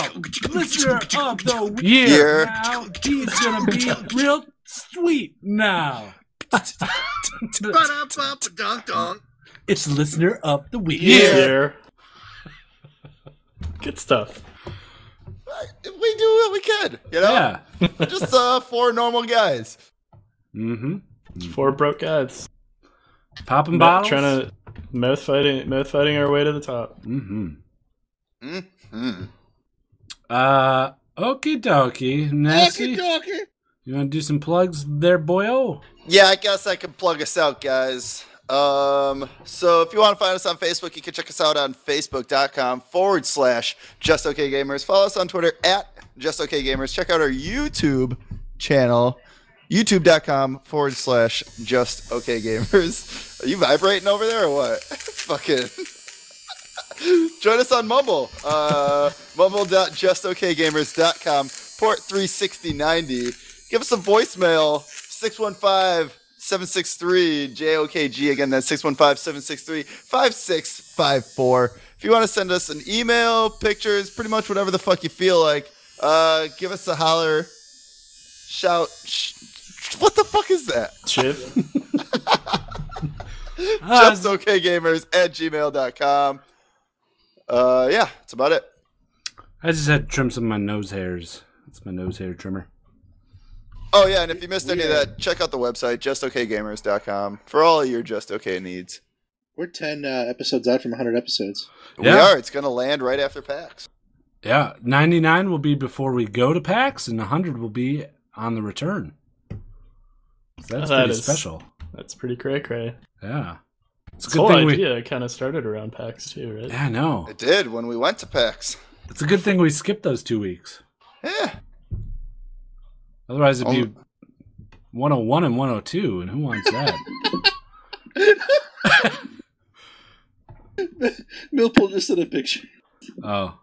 S1: listener of the year.
S4: Year.
S1: Now he's gonna be real sweet now. it's listener of the week.
S3: Here. Good stuff.
S4: We do what we could, you know?
S1: Yeah.
S4: Just uh, four normal guys.
S1: Mm-hmm.
S3: Four broke guys.
S1: Popping
S3: Mo-
S1: bottles.
S3: Trying to mouth fighting, mouth fighting our way to the top.
S1: Mm-hmm.
S4: Hmm.
S1: Uh, okie dokie. Nasty.
S2: Okey-dokey.
S1: You want to do some plugs there, boyo?
S4: Yeah, I guess I can plug us out, guys. Um, so if you want to find us on Facebook, you can check us out on facebook.com forward slash just okay gamers. Follow us on Twitter at just okay gamers. Check out our YouTube channel, youtube.com forward slash just okay gamers. Are you vibrating over there or what? Fucking. Join us on Mumble, uh, mumble.justokgamers.com, port 36090. Give us a voicemail, 615-763-JOKG. Again, that's 615-763-5654. If you want to send us an email, pictures, pretty much whatever the fuck you feel like, uh, give us a holler, shout, sh- sh- what the fuck is that?
S3: Chip.
S1: Uh,
S4: Just okay gamers at gmail.com. Uh, yeah, that's about it.
S1: I just had to trim some of my nose hairs. That's my nose hair trimmer.
S4: Oh, yeah, and if you missed any of that, check out the website, justokgamers.com, for all your Just Okay needs.
S2: We're 10 uh, episodes out from 100 episodes.
S4: We
S1: Yeah.
S4: are. It's going to land right after PAX.
S1: Yeah, 99 will be before we go to PAX, and 100 will be on the return. So that's
S3: That
S1: pretty
S3: is-
S1: special.
S3: That's pretty cray cray.
S1: Yeah. It's a
S3: This whole
S1: good thing we.
S3: idea kind of started around PAX too, right? Oh,
S1: Yeah, I know.
S4: It did when we went to PAX.
S1: It's a good thing we skipped those two weeks.
S4: Yeah. Um, Oh,
S1: oh Otherwise, it'd be 101 and 102, and who wants that?
S2: Millpool just sent a picture
S1: Oh,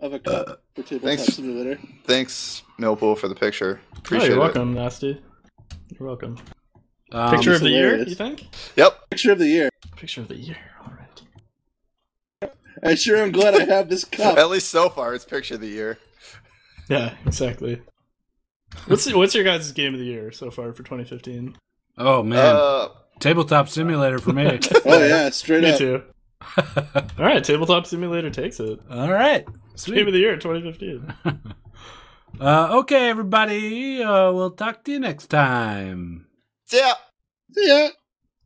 S2: of a cup for tabletop
S4: thanks.
S2: simulator.
S4: Thanks, Millpool, for the picture.
S3: oh,
S4: Appreciate
S3: you're
S4: it.
S3: welcome, Nasty. You're welcome.
S1: um,
S3: Picture of
S2: it's
S3: the year,
S2: hilarious.
S3: you think?
S4: Yep.
S2: Picture of the year.
S3: Picture of the year. All right.
S2: I sure am glad I have this cup.
S4: At least so far, it's picture of the year.
S3: Yeah, exactly. What's what's your guys' game of the year so far for 2015?
S1: Oh man,
S4: Uh,
S1: tabletop simulator for me.
S2: Oh yeah, straight
S3: Me
S2: up.
S3: too. All right, Tabletop Simulator takes it.
S1: All right,
S3: Game of
S1: sweet.
S3: the year 2015.
S1: Uh, okay, everybody. Uh, we'll talk to you next time.
S4: yeah.
S2: Yeah.